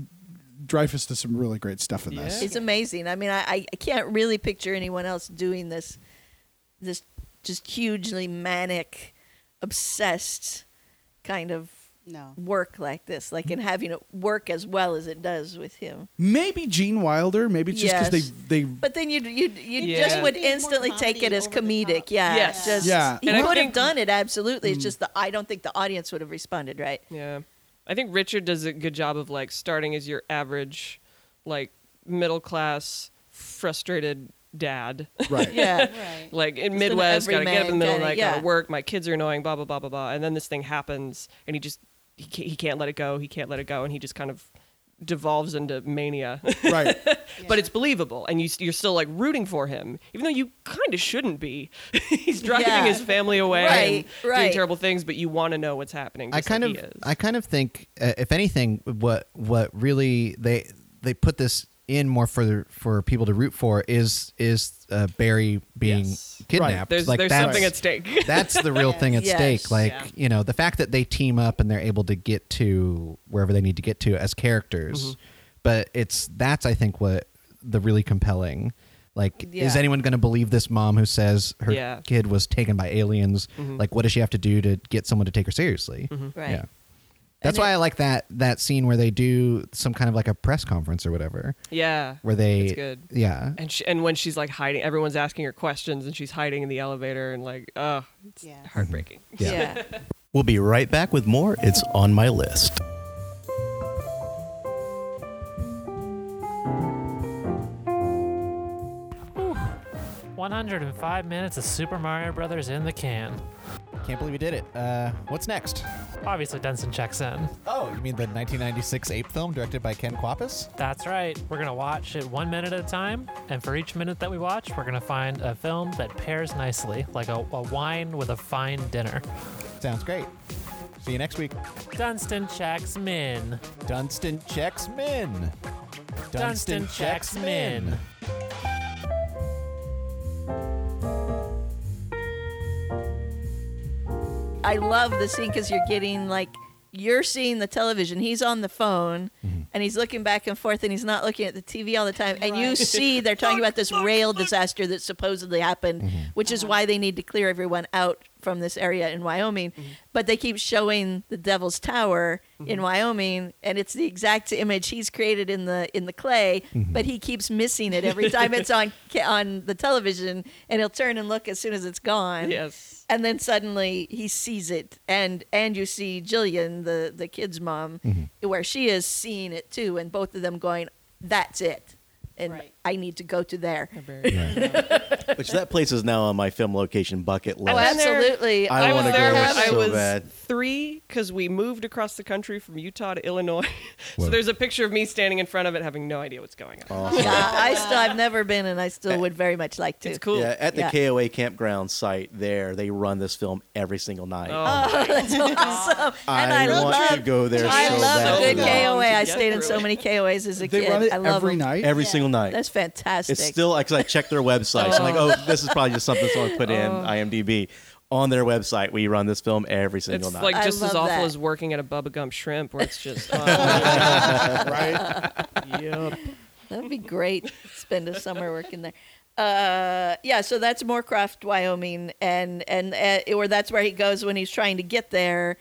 Dreyfus does some really great stuff in this. It's amazing. I mean, I, I- I can't really picture anyone else doing this, this just hugely manic, obsessed kind of no. work like this, like and having it work as well as it does with him. Maybe Gene Wilder. Maybe it's just because Yes. they they But then you you you Yeah. just would It'd be more instantly take it comedy as over the comedic, top. yeah. Yes. Just, Yeah. Mm. He And I would have think- done it absolutely. It's just the I don't think the audience would have responded right. Yeah. I think Richard does a good job of like starting as your average, like middle class, frustrated dad. right. Yeah. Right. like in an Midwest, gotta get up in the everyman middle of the night, kinda- yeah. gotta work, my kids are annoying, blah, blah, blah, blah, blah. And then this thing happens and he just, he can't, he can't let it go. He can't let it go. And he just kind of devolves into mania. right. but it's believable and you, you're still like rooting for him even though you kind of shouldn't be he's driving Yeah. his family away Right, and right. doing terrible things but you want to know what's happening I just kind like of, he is. I kind of think, uh, if anything, what what really they they put this in more for the, for people to root for is is uh, Barry being Yes. kidnapped. Right. there's, like there's that's, something at stake that's the real thing at Yes. stake. Like Yeah. you know, the fact that they team up and they're able to get to wherever they need to get to as characters, but it's that's I think what the really compelling. Like, Yeah. is anyone going to believe this mom who says her Yeah. kid was taken by aliens? Like, what does she have to do to get someone to take her seriously? Mm-hmm. Right. Yeah. That's And why I like that that scene where they do some kind of like a press conference or whatever, yeah where they It's good. yeah and she, and when she's like hiding everyone's asking her questions and she's hiding in the elevator and like oh it's Yeah. heartbreaking Yeah. We'll be right back with more. It's on my list. Whew. 105 minutes of Super Mario Brothers in the can. Can't believe we did it. Uh, what's next? Obviously, Denson checks in. Oh, you mean the 1996 ape film directed by Ken Quapis? That's right. We're going to watch it one minute at a time. And for each minute that we watch, we're going to find a film that pairs nicely, like a, a wine with a fine dinner. Sounds great. See you next week. Dunstan checks min. Dunstan checks min. Dunstan checks min. I love the scene because you're getting like you're seeing the television. He's on the phone and he's looking back and forth and he's not looking at the TV all the time. And you see they're talking about this rail disaster that supposedly happened, which is why they need to clear everyone out from this area in Wyoming. But they keep showing the Devil's Tower in Wyoming and it's the exact image he's created in the in the clay, but he keeps missing it every time it's on ca- on the television and he'll turn and look as soon as it's gone Yes. and then suddenly he sees it and and you see jillian the the kid's mom Mm-hmm. where she is seeing it too and both of them going that's it and Right. i need to go to there Which that place is now on my film location bucket list. oh absolutely I I wanna was go there there when I so was bad. three because we moved across the country from Utah to Illinois. so there's a picture of me standing in front of it, having no idea what's going Oh on. yeah, Uh, i still i've never been and i still would very much like to It's cool. Yeah, at the Yeah. KOA campground site there, they run this film every single night. Oh, Oh, and I, i want to love go there I so love badly. good bad. KOA. I Yeah, stayed in so really. many KOAs as a They kid. run it I love every them. night. Every single night. That's fantastic. it's still because I checked their website. so I'm like, oh, this is probably just something someone put in Oh. IMDb. On their website, we run this film every single it's night. like I just as love awful that. as working at a Bubba Gump Shrimp, where it's just. Oh, right? yep. That would be great. Spend a summer working there. Uh, yeah, so that's Moorcroft, Wyoming, and and uh, or that's where he goes when he's trying to get there.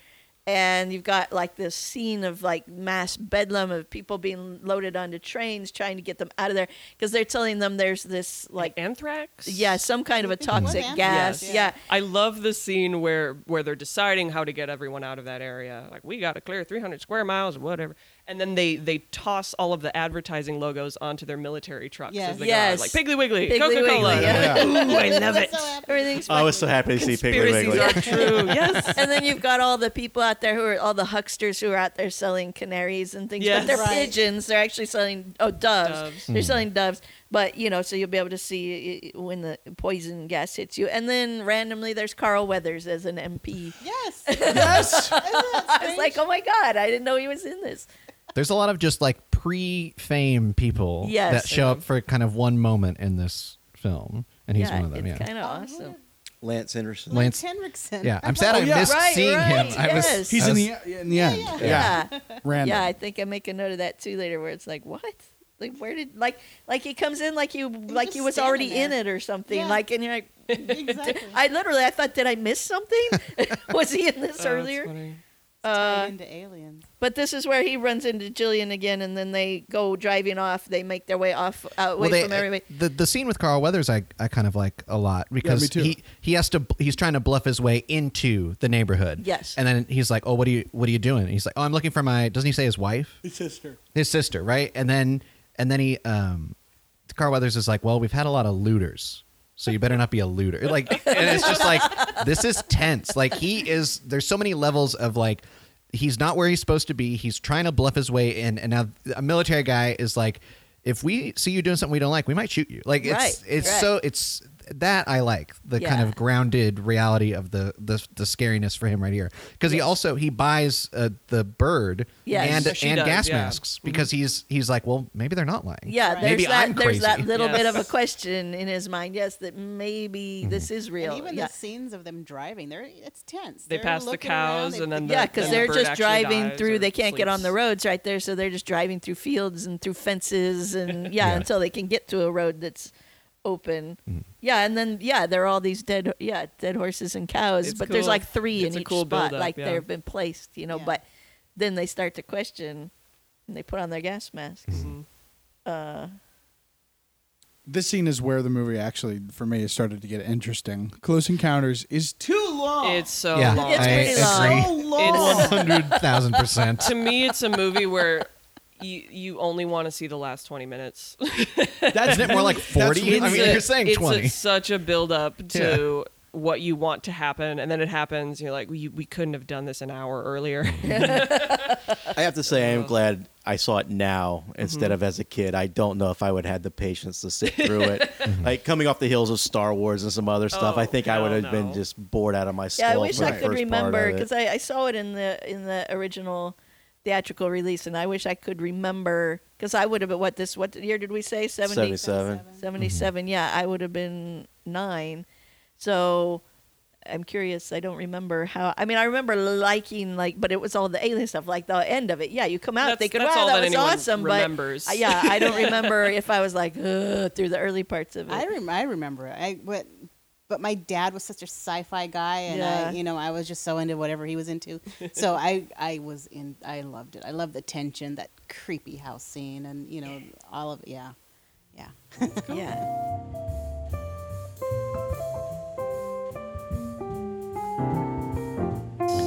And you've got like this scene of like mass bedlam of people being loaded onto trains trying to get them out of there because they're telling them there's this like anthrax. yeah some kind of a toxic anthrax. gas Yes. yeah I love the scene where where they're deciding how to get everyone out of that area. Like we got to clear 300 square miles or whatever. And then they they toss all of the advertising logos onto their military trucks Yes. as they Yes. go out, like Piggly Wiggly, Piggly Coca-Cola. Wiggly, And I'm like, Ooh, I love I'm it. so happy. everything's I was so happy to see Piggly Conspiracies Wiggly. are true. Yes. and then you've got all the people out there who are all the hucksters who are out there selling canaries and things. But Yes. they're Right. pigeons. They're actually selling oh doves. Doves. They're Hmm. selling doves. But you know, so you'll be able to see uh, when the poison gas hits you. And then randomly, there's Carl Weathers as an MP. Yes. Yes. I was like, oh my god, I didn't know he was in this. There's a lot of just like pre-fame people Yes. that show up for kind of one moment in this film, and he's yeah, one of them. it's yeah, Oh, kind of awesome. Lance Henderson. Lance Lance- Henriksen. yeah. I'm sad I yeah. missed Oh, Right, seeing him. right, I was- yes. He's I in was- the in the end. Yeah. Yeah. Random. Yeah, I think I make a note of that too later, where it's like, what? Like, where did like like he comes in like you like just he was standing already there. in it or something Yeah. like, and you're like. Exactly. I literally, I thought, did I miss something? Was he in this Oh, that's earlier? funny. uh, Tied into aliens. But this is where he runs into Jillian again, and then they go driving off. They make their way off, uh, away well, they, from everybody. the the scene with Carl Weathers, I, I kind of like a lot because too. he he has to he's trying to bluff his way into the neighborhood. Yes. and then he's like, "Oh, what are you what are you doing?" And he's like, "Oh, I'm looking for my." Doesn't he say his wife? sister. his sister, right? And then and then he um Carl Weathers is like, Well, we've had a lot of looters. So you better not be a looter. Like and it's just like this is tense. Like he is there's so many levels of like he's not where he's supposed to be. He's trying to bluff his way in and now a military guy is like if we see you doing something we don't like, we might shoot you. Like it's Right, it's right. so it's that I like the kind Yeah. of grounded reality of the the, the scariness for him right here because he also he buys uh, the bird Yes. and Or she and does, gas yeah. masks because Mm-hmm. he's he's like, well, maybe they're not lying. Yeah, there's maybe that. I'm there's crazy. that little bit of a Yes. question in his mind. Yes, that maybe Mm-hmm. this is real. And even yeah, the scenes of them driving, they're it's tense. They They're pass the looking around, cows they and then pick the- yeah, up because then the they're bird just actually driving dies through. or They can't get on the sleeps. roads right there, so they're just driving through fields and through fences and yeah, Yeah. until they can get to a road that's open. Mm. Yeah, and then yeah, there are all these dead yeah dead horses and cows, It's but there's cool. like three It's a in each cool spot, buildup, like yeah. they've been placed, you know. Yeah. But then they start to question, and they put on their gas masks. Mm. This scene is where the movie actually, for me, it started to get interesting. Close Encounters is too long. It's so yeah, long. It's I pretty long. agree. It's- One hundred thousand percent. to me, it's a movie where you you only want to see the last 20 minutes. Isn't it more like forty? really- I mean, a- you're saying it's twenty. A, such a build up to what you want to happen, and then it happens. You're like, we, we couldn't have done this an hour earlier. I have to say, I Uh-huh. am glad I saw it now Mm-hmm. instead of as a kid. I don't know if I would have had the patience to sit through it. like coming off the heels of Star Wars and some other stuff, Mm-hmm. Oh, I think I would have hell been no. just bored out of my skull. Yeah, I wish for I the could first part remember of it. because I, I saw it in the in the original theatrical release, and I wish I could remember because I would have been what this what year did we say 70? 77. 77, Yeah, I would have been nine, so I'm curious. I don't remember how. I mean, I remember liking like, but it was all the alien stuff. Like the end of it. Yeah, you come out That's- thinking, that's "Wow, all that that was anyone awesome." remembers. But uh, yeah, I don't remember if I was like Ugh, through the early parts of it. I, rem- I remember. it. I but but my dad was such a sci-fi guy, and Yeah. I, you know, I was just so into whatever he was into. so I I was in. I loved it. I loved the tension, that creepy house scene, and you know, all of yeah, yeah. yeah.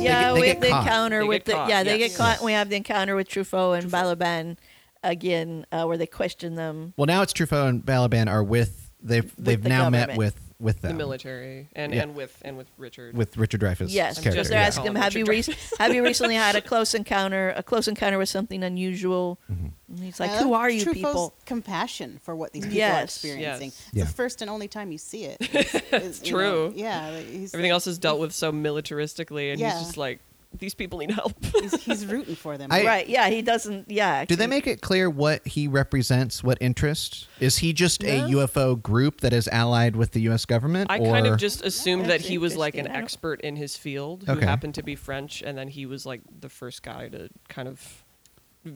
Yeah, they we get have the caught. encounter They with get the caught, yeah they yes. get caught. and We have the encounter with Truffaut and Balaban again, uh, where they question them. Well, now it's Truffaut and Balaban are with they've they've the now met government. with with them the military and, Yeah. and with and with Richard. with Richard Dreyfuss. Yes, I'm character. because they're yeah. asking them, Call it have you, Richard re- have you recently had a close encounter, a close encounter with something unusual? Mm-hmm. And he's like, I who love are you Truffaut's people? Compassion for what these people are Yes. experiencing. Yes. It's Yeah. the first and only time you see it. It's, it's, you True. know, yeah. He's, Everything else is dealt with so militaristically, and Yeah. he's just like, these people need help. He's, he's rooting for them. I- right, yeah, he doesn't, yeah. Do they make it clear what he represents, what interest? Is he just No. a UFO group that is allied with the US government? I or kind of just assumed that that's he was like an interesting. I don't- expert in his field who Okay. happened to be French, and then he was like the first guy to kind of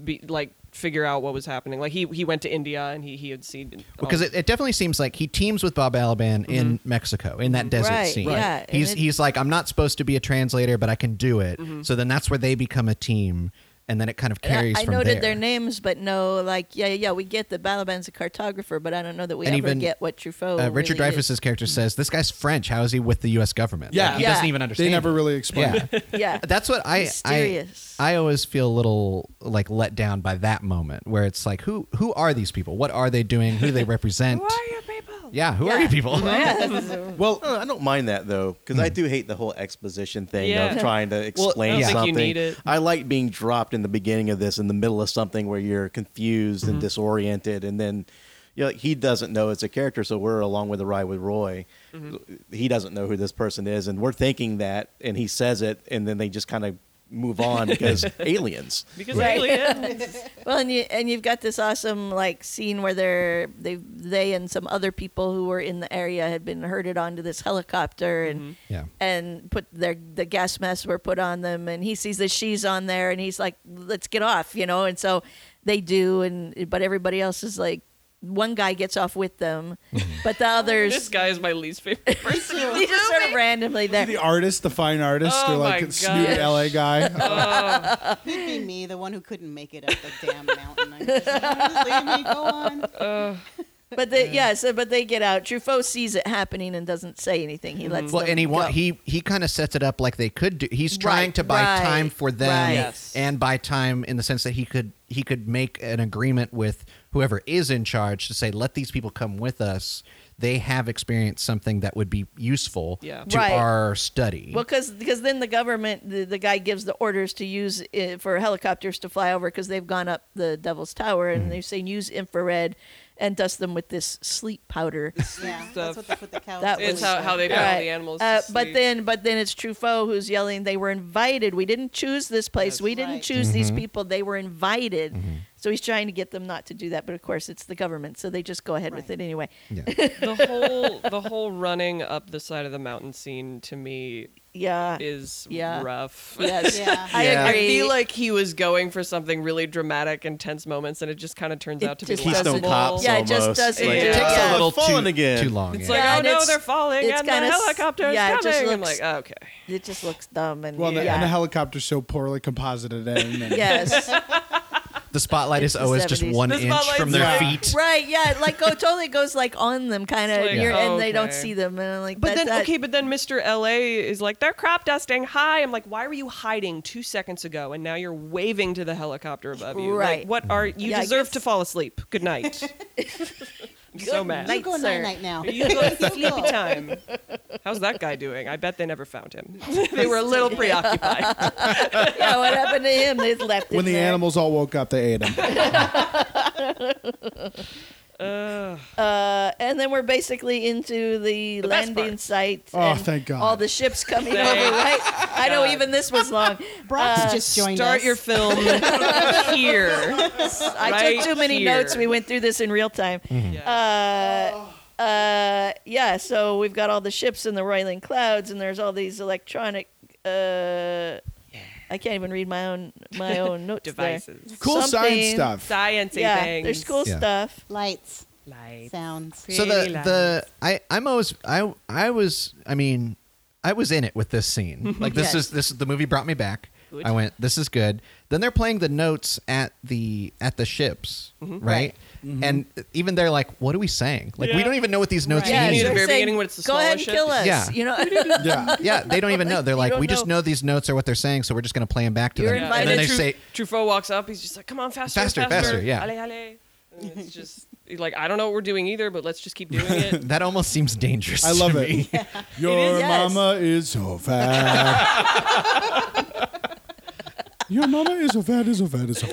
be like figure out what was happening. Like he he went to India and he he had seen Oh. um, because all- it, it definitely seems like he teams with Bob Alaban in Mexico in that desert Mm-hmm. Right, scene. Right. yeah, and He's it- Mm-hmm. he's like I'm not supposed to be a translator but I can do it. So then that's where they become a team and then it kind of I carries I from noted there. their names, but no, like, yeah, yeah, we get that Balaban's a cartographer, but I don't know that we And ever even, get what Truffaut. uh, Richard really is. Mm-hmm. Dreyfuss's character says, "This guy's French. How is he with the U.S. government? Yeah. Like, he Yeah. doesn't even They understand. never it. really explained. Yeah, Yeah. that's what I, I Mysterious. I always feel a little like let down by that moment where it's like, who who are these people? What are they doing? Who do they represent? who are you people? Yeah, who are Yeah. you people? Well, uh, I don't mind that though, because I do hate the whole exposition thing Yeah. of trying to explain I don't think you something. need it. I like being dropped in the beginning of this, in the middle of something where you're confused and disoriented, and then you know, he doesn't know it's a character. So we're along with the ride with Roy. He doesn't know who this person is, and we're thinking that, and he says it, and then they just kind of move on because aliens. because Right. aliens. Well, and you and you've got this awesome like scene where they're they they and some other people who were in the area had been herded onto this helicopter and Yeah. and put their the gas masks were put on them and he sees that she's on there and he's like let's get off you know and so they do and but everybody else is like one guy gets off with them but the this others guy is my least favorite person. in the he just sort of randomly there The artist, the fine artist, Oh or my like snoot gosh. LA guy. Oh, Could be me, the one who couldn't make it up the damn mountain. I'm just, just leave me, go on. but the, yeah so but they get out Truffaut sees it happening and doesn't say anything he lets Well, them and he wa- go. he he kind of sets it up like they could do. He's trying Right, to buy right, time for them, right. Yes. and buy time in the sense that he could he could make an agreement with whoever is in charge to say, let these people come with us. They have experienced something that would be useful Yeah. to Right. our study. Well, because then the government, the, the guy gives the orders to use uh for helicopters to fly over because they've gone up the Devil's Tower Mm-hmm. and they're saying use infrared and dust them with this sleep powder. Yeah, Stuff. that's what they put the cows. That in. It's how, how they found Right. the animals. to Uh, but sleep. then, but then it's Truffaut who's yelling. They were invited. We didn't choose this place. That's we didn't right. choose these people. They were invited. So he's trying to get them not to do that. But of course, it's the government, so they just go ahead with Right. it anyway. yeah. the whole the whole running up the side of the mountain scene to me Yeah. is Yeah. rough. yes. Yeah. I Yeah. I agree. feel like he was going for something really dramatic and tense moments, and it just kind of turns It out to be just doesn't- Keystone laughable. Cops Yeah, it almost. just doesn't- Like, Yeah. It takes a "Oh, little it's falling too, again. too long. It's yeah. Yeah, like, and oh no, it's- they're falling, it's and the kinda s- helicopter is yeah, it coming. just I'm like, looks- oh, okay. it just looks dumb and Well, and the- yeah. and the helicopter's so poorly composited in. And yes. the spotlight is the always just 70s. one The inch from their spotlight's like- Right, feet. yeah, it, like go totally goes like on them, kind of, It's like, Yeah. and they don't okay. see them, and I'm like, But that- then, that- okay, but then Mr. LA is like, they're crop dusting. Hi. I'm like, why were you hiding two seconds ago and now you're waving to the helicopter above you? Right. Like, what are you Yeah, I deserve guess- to fall asleep. Good night. I'm so Good mad. You night, go sir. night night now. You go sleepy time. How's that guy doing? I bet they never found him. they were a little preoccupied. yeah, what happened to him? They left him when the there. animals all woke up, they ate them. Ugh. uh, and then we're basically into the, The best landing part. site. Oh, and thank God. All the ships coming Thank over, right? I know even this was long. Brock's just joined Start us. your film here. I Right took too many here. Mm-hmm. notes. We went through this in real time. Yeah. Uh, uh, uh, yeah, so we've got all the ships in the roiling clouds, and there's all these electronic. Uh, I can't even read my own my own notes there. Devices. Cool Something- science stuff. Sciencey Yeah, things. there's cool Yeah. stuff. Lights, Light. sounds. so the the I I'm always I I was I mean I was in it with this scene. Like this Yes. is this the movie brought me back. Good. I went this is good. Then they're playing the notes at the at the ships, Mm-hmm. right? And even they're like, what are we saying? Like we Yeah. don't even know what these notes Right. Yeah, mean. you need to they're very beginning when it's the go ahead and scholarship. kill us. Yeah. You know, Yeah. Yeah, they don't even know. They're You like, don't we just know. know these notes are what they're saying, so we're just going to play them back to You're them. invited And then they Truf- say, Truffaut walks up. He's just like, "Come on, faster, Faster, faster, faster, yeah. Ale, ale. And it's just he's like, I don't know what we're doing either, but let's just keep doing it. that almost seems dangerous. I love to it. me. Your It is- yes. mama is so fat. Your mama is so fat, is so fat, is so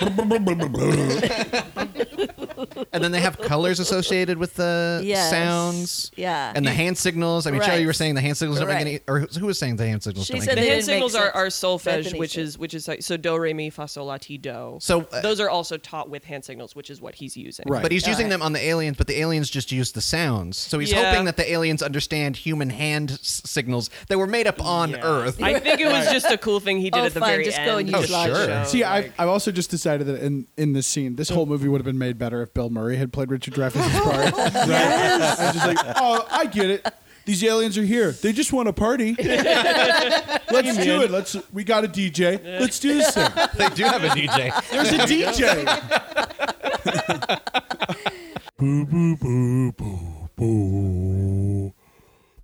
fat. and then they have colors associated with the Yes. sounds. Yeah. And the hand signals. I mean, Shelley, Right. you were saying the hand signals don't Right. make any. Or who- who was saying the hand signals She don't make said the any? they- hand didn't make signals are, sense. are solfege, Bethany which said. is which is like, so do re mi fa sol la ti do. So, uh, those are also taught with hand signals, which is what he's using. Right. But he's using Alright. them on the aliens, but the aliens just use the sounds. So he's Yeah. hoping that the aliens understand human hand s- signals that were made up on Yeah. Earth. I think it was just a cool thing he did Oh, at the fine, very just end. go and to use just slideshow. show, See, I've, like- I've also just decided that in, in this scene, this whole movie would have been made better if Bill Murray had played Richard Dreyfuss's Oh, part. Right? I was just like, oh, I get it. These aliens are here. They just want to party. Let's do it. Let's. We got a DJ. Let's do this thing. they do have a DJ. There's a DJ. boo boo boo boo boo.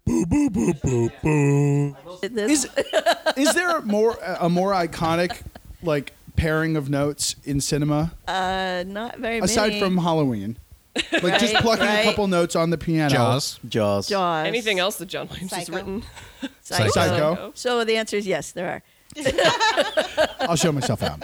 Boo boo boo boo boo. this, Is is there a more a more iconic like pairing of notes in cinema uh, not very aside many. from Halloween? Like just Right, plucking a right. couple notes on the piano. Jaws. Jaws. Jaws. anything else that John Williams has Psycho. written. Psycho. Psycho. So the answer is yes, there are. Oh. I'll show myself out.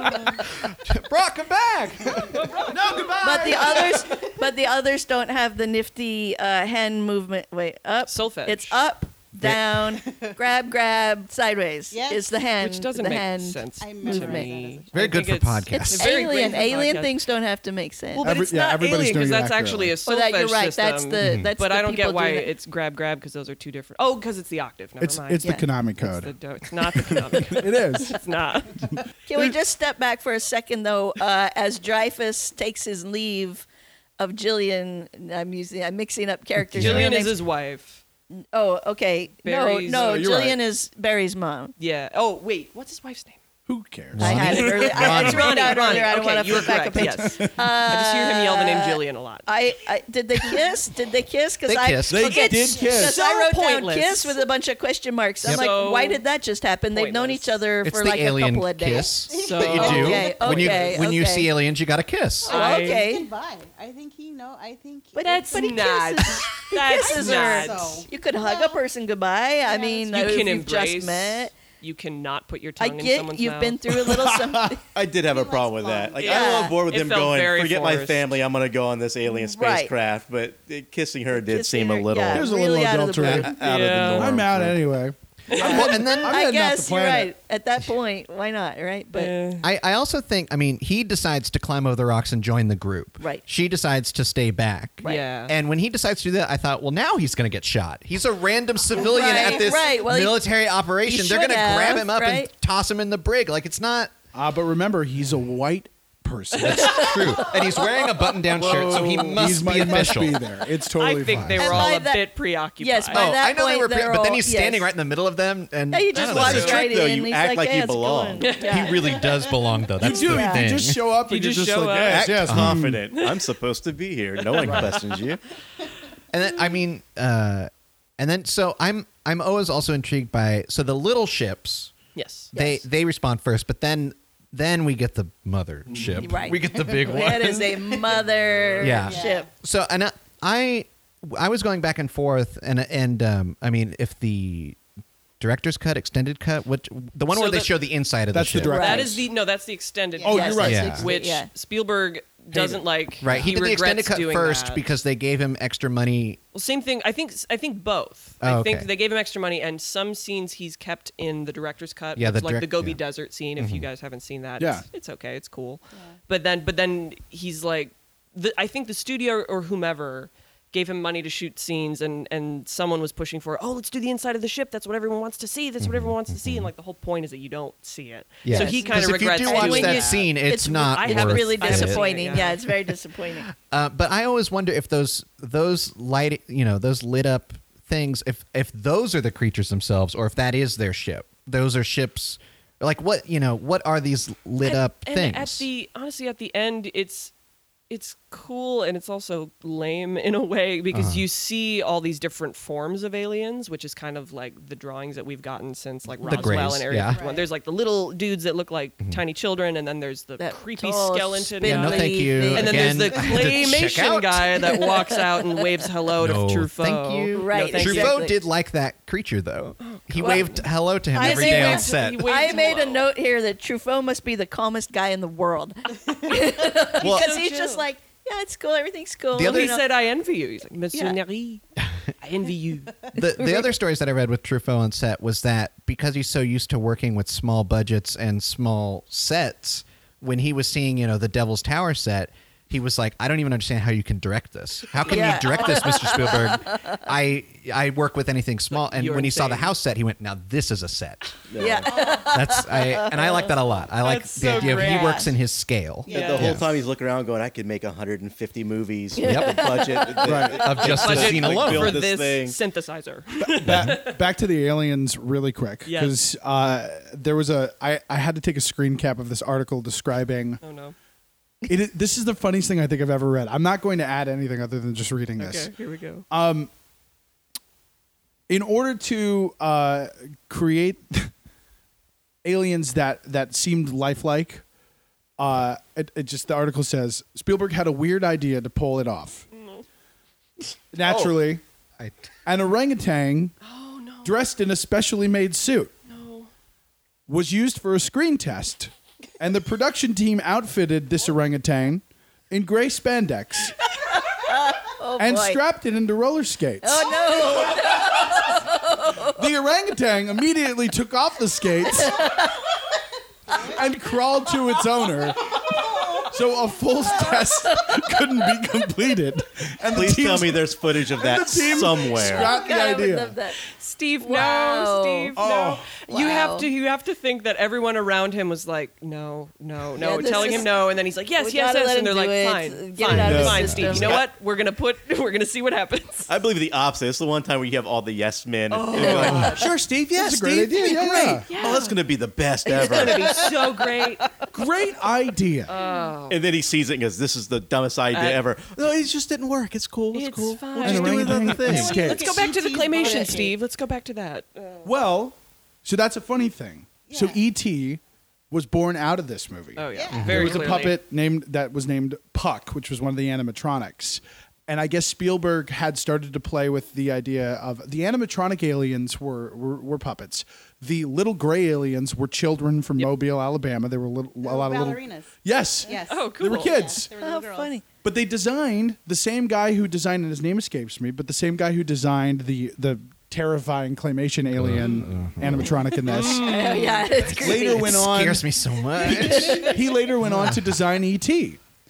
Brock, come back. But the others, but the others don't have the nifty uh, hand movement. Wait, up. Solfege. It's up, down, grab, grab, sideways. Yes. Is the hand? Which doesn't the make hand. sense I to memorized me. that as Very I good think for it's- podcasts. It's very great Alien, for alien podcasts. things don't have to make sense. Well, but Every- it's yeah, not Mm-hmm. everybody's alien because doing it that's actually accurately. a Oh, solfege that you're right. system. That's the that's. but the I don't get people why doing it. it's grab grab because those are two different. Oh, because it's the octave. Never It's mind. it's Yeah. the Konami It's, the code. do- it's not the Konami. It is. it's not. Can we just step back for a second, though? Uh, as Dreyfus takes his leave of Jillian, I'm using, I'm mixing up characters. Yeah. Jillian Real is names. his wife. Oh, okay. Barry's- uh, no, No, no, you're Jillian right. is Barry's mom. Yeah. Oh wait, what's his wife's name? Who cares? I Ronnie? had it earlier. I, it's Ronnie. written out Ronnie. earlier. I don't okay, want to you were flip back a correct. page. Uh, Yes. I just hear him yell the name Jillian a lot. I, I did they kiss? Did they kiss? Because They I kissed. They okay, did kiss. 'cause I wrote Pointless. down kiss with a bunch of question marks. I'm Yep. like, So why did that just happen? They've known pointless. each other It's for the like a alien couple of days. kiss So- that you do. Okay, when you okay, when you okay. see aliens, you got to kiss. Oh, I- okay, Goodbye. I think he know. I think. But it's- that's- he not. kisses. That's kisses not. her. You could hug a person goodbye. I that's mean, You if can you've embrace. just met. You cannot put your I tongue in get someone's you've mouth. been through a little something. I did have a likes problem with fun. that. Like Yeah. I'm on board with It him felt going, very forget my forced." family, I'm gonna go on this alien Right. spacecraft. But it, kissing her did Kissing seem her- a little yeah, There's a really little out of the blue. adulteration. o- out of Yeah. the norm. I'm out anyway. Well, and then I'm I heading off the guess you're planet. right. At that point, why not? Right, but Eh. I, I also think I mean he decides to climb over the rocks and join the group. Right. She decides to stay back. Right. Yeah. And when he decides to do that, I thought, well, now he's going to get shot. He's a random civilian Right, at this right. Well, he- military operation. he They're going to should have, grab him up right? and toss him in the brig. Like it's not Ah, but remember, he's a white person. true. and he's wearing a button-down shirt, so he Whoa. must He's- be he official. Must be there. It's totally I think fine. they And were all by a that- bit preoccupied. Yes, by Oh, that I know they point, were, pre- they're but then all- he's standing yes. right in the middle of them, and Yeah, you I just don't This know. is walks right trick, though. in. You he's act like, like yeah, you it's belong. going. Yeah. He really does belong, though. That's You do. the You thing. just show up and You you're just just show up. like, yes, Act yes. mm. confident. I'm supposed to be here. No one questions you. And then, I mean, uh, and then so I'm I'm always also intrigued by so the little ships Yes. they they respond first, but then then we get the mother Mm, ship. Right. We get the big one. That is a mother Yeah. ship. so and I, I I was going back and forth, and and um, I mean, if the director's cut, extended cut, which the one So where they the- show the inside of That's the the ship. director. That Right. is the no. That's the extended. Oh, cut, you're right. that's Yeah. ex- Which yeah. Spielberg doesn't like Right, he, he did the regrets extended cut doing first that. because they gave him extra money. Well, same thing. I think I think both. Oh, I think okay. they gave him extra money, and some scenes he's kept in the director's cut. Yeah, which- the like the direct- Gobi yeah. Mm-hmm. Desert scene. If you guys haven't seen that, Yeah. it's, it's okay. It's cool. But then, but then he's like, the, I think the studio or whomever gave him money to shoot scenes, and and someone was pushing for, oh, let's do the inside of the ship. That's what everyone wants to see. That's what everyone wants to see. And like the whole point is that you don't see it. Mm-hmm. Yes. So he kind Because of if you regrets do doing watch when that you- scene, it's, it's not. I It's haven't- worth really I haven't seen it disappointing. yet. Yeah, it's very disappointing. Uh, but I always wonder if those those light you know those lit up things if if those are the creatures themselves or if that is their ship. Those are ships. Like what you know? What are these lit And- up and things? At the honestly, at the end, it's it's cool and it's also lame in a way because Uh-huh. you see all these different forms of aliens, which is kind of like the drawings that we've gotten since like Roswell Greys, and Area yeah. Mm-hmm. 51. There's like the little dudes that look like tiny children, and then there's the That creepy tall, skeleton. spindly Yeah, no, thank you. thing. And then there's the Again, I had to check claymation out. guy that walks out and waves hello No, to Truffaut. thank you. No, Right, thank Truffaut you. exactly. did like that creature though. He waved hello to him I every think day on that's- set. he wa- I Waves made a low. note here that Truffaut must be the calmest guy in the world Well, because he's chill. just like, yeah, it's cool, everything's cool. The you other- He know. said, "I envy you." He's like, "Monsieur Yeah. Neri, I envy you." the, the other stories that I read with Truffaut on set was that because he's so used to working with small budgets and small sets, when he was seeing, you know, the Devil's Tower set, he was like, I don't even understand how you can direct this. How can Yeah. you direct this, Mr. Spielberg? I I work with anything small. And you're when he saw the insane. house set, he went, Now this is a set. yeah, That's I and I like that a lot. I like That's the so idea of great. he works in his scale. Yeah. The whole Yeah. time he's looking around, going, "I could make 150 movies with Yep. the budget." Right. Of just the Budget scene like alone. build for this this, thing. synthesizer. back, back to the aliens really quick Yes. because uh, there was a I, I had to take a screen cap of this article describing oh no. it is- this is the funniest thing i think i've ever read i'm not going to add anything other than just reading this Okay, here we go. Uh, in order to uh, create aliens that that seemed lifelike uh, it, it just the article says spielberg had a weird idea to pull it off naturally I- an orangutan oh no. dressed in a specially made suit No. was used for a screen test, and the production team outfitted this orangutan in gray spandex oh and boy. strapped it into roller skates. oh Oh, The orangutan immediately took off the skates and crawled to its owner. So a full test couldn't be completed. And Please the team tell me there's footage of that team somewhere. no, scra- Not the God, I would idea. love that. Steve, Wow. no, Steve, no. Oh. You Wow. have to you have to think that everyone around him was like, no, no, Yeah, no, this telling is- him no, and then he's like, yes, we yes, gotta yes, let and him they're do like, it. fine, Get it fine, out of his fine, Steve. system. You know what? We're gonna put, we're gonna see what happens. I believe the opposite. It's the one time where you have all the yes men. and they're like, sure, Steve. Yes, a Steve. great idea, Be yeah, great. Oh, that's gonna be the best ever. It'd be so great. great idea. Oh. and then he sees it and goes, "This is the dumbest idea Uh, ever." No, it just didn't work. It's cool. It's, It's cool. fine. We'll just And do it orangutan on the in thing. skates. Let's go back to the CT's claymation, bullshit. Steve. Let's go back to that. Uh, Well, so that's a funny thing. So Yeah. E.T. was born out of this movie. oh yeah, Yeah. very there was clearly. a puppet named that was named Puck, which was one of the animatronics. And I guess Spielberg had started to play with the idea of the animatronic aliens were were, were puppets. The little gray aliens were children from Mobile, Alabama. They were little, a lot of little ballerinas. Yes. Yes. Oh, They were cool. kids. They were How little girls. funny. But they designed the same guy who designed and his name escapes me, but the same guy who designed the the terrifying claymation alien animatronic in this Oh, yeah, it's creepy. later went on scares me so much. he later went on to design ET.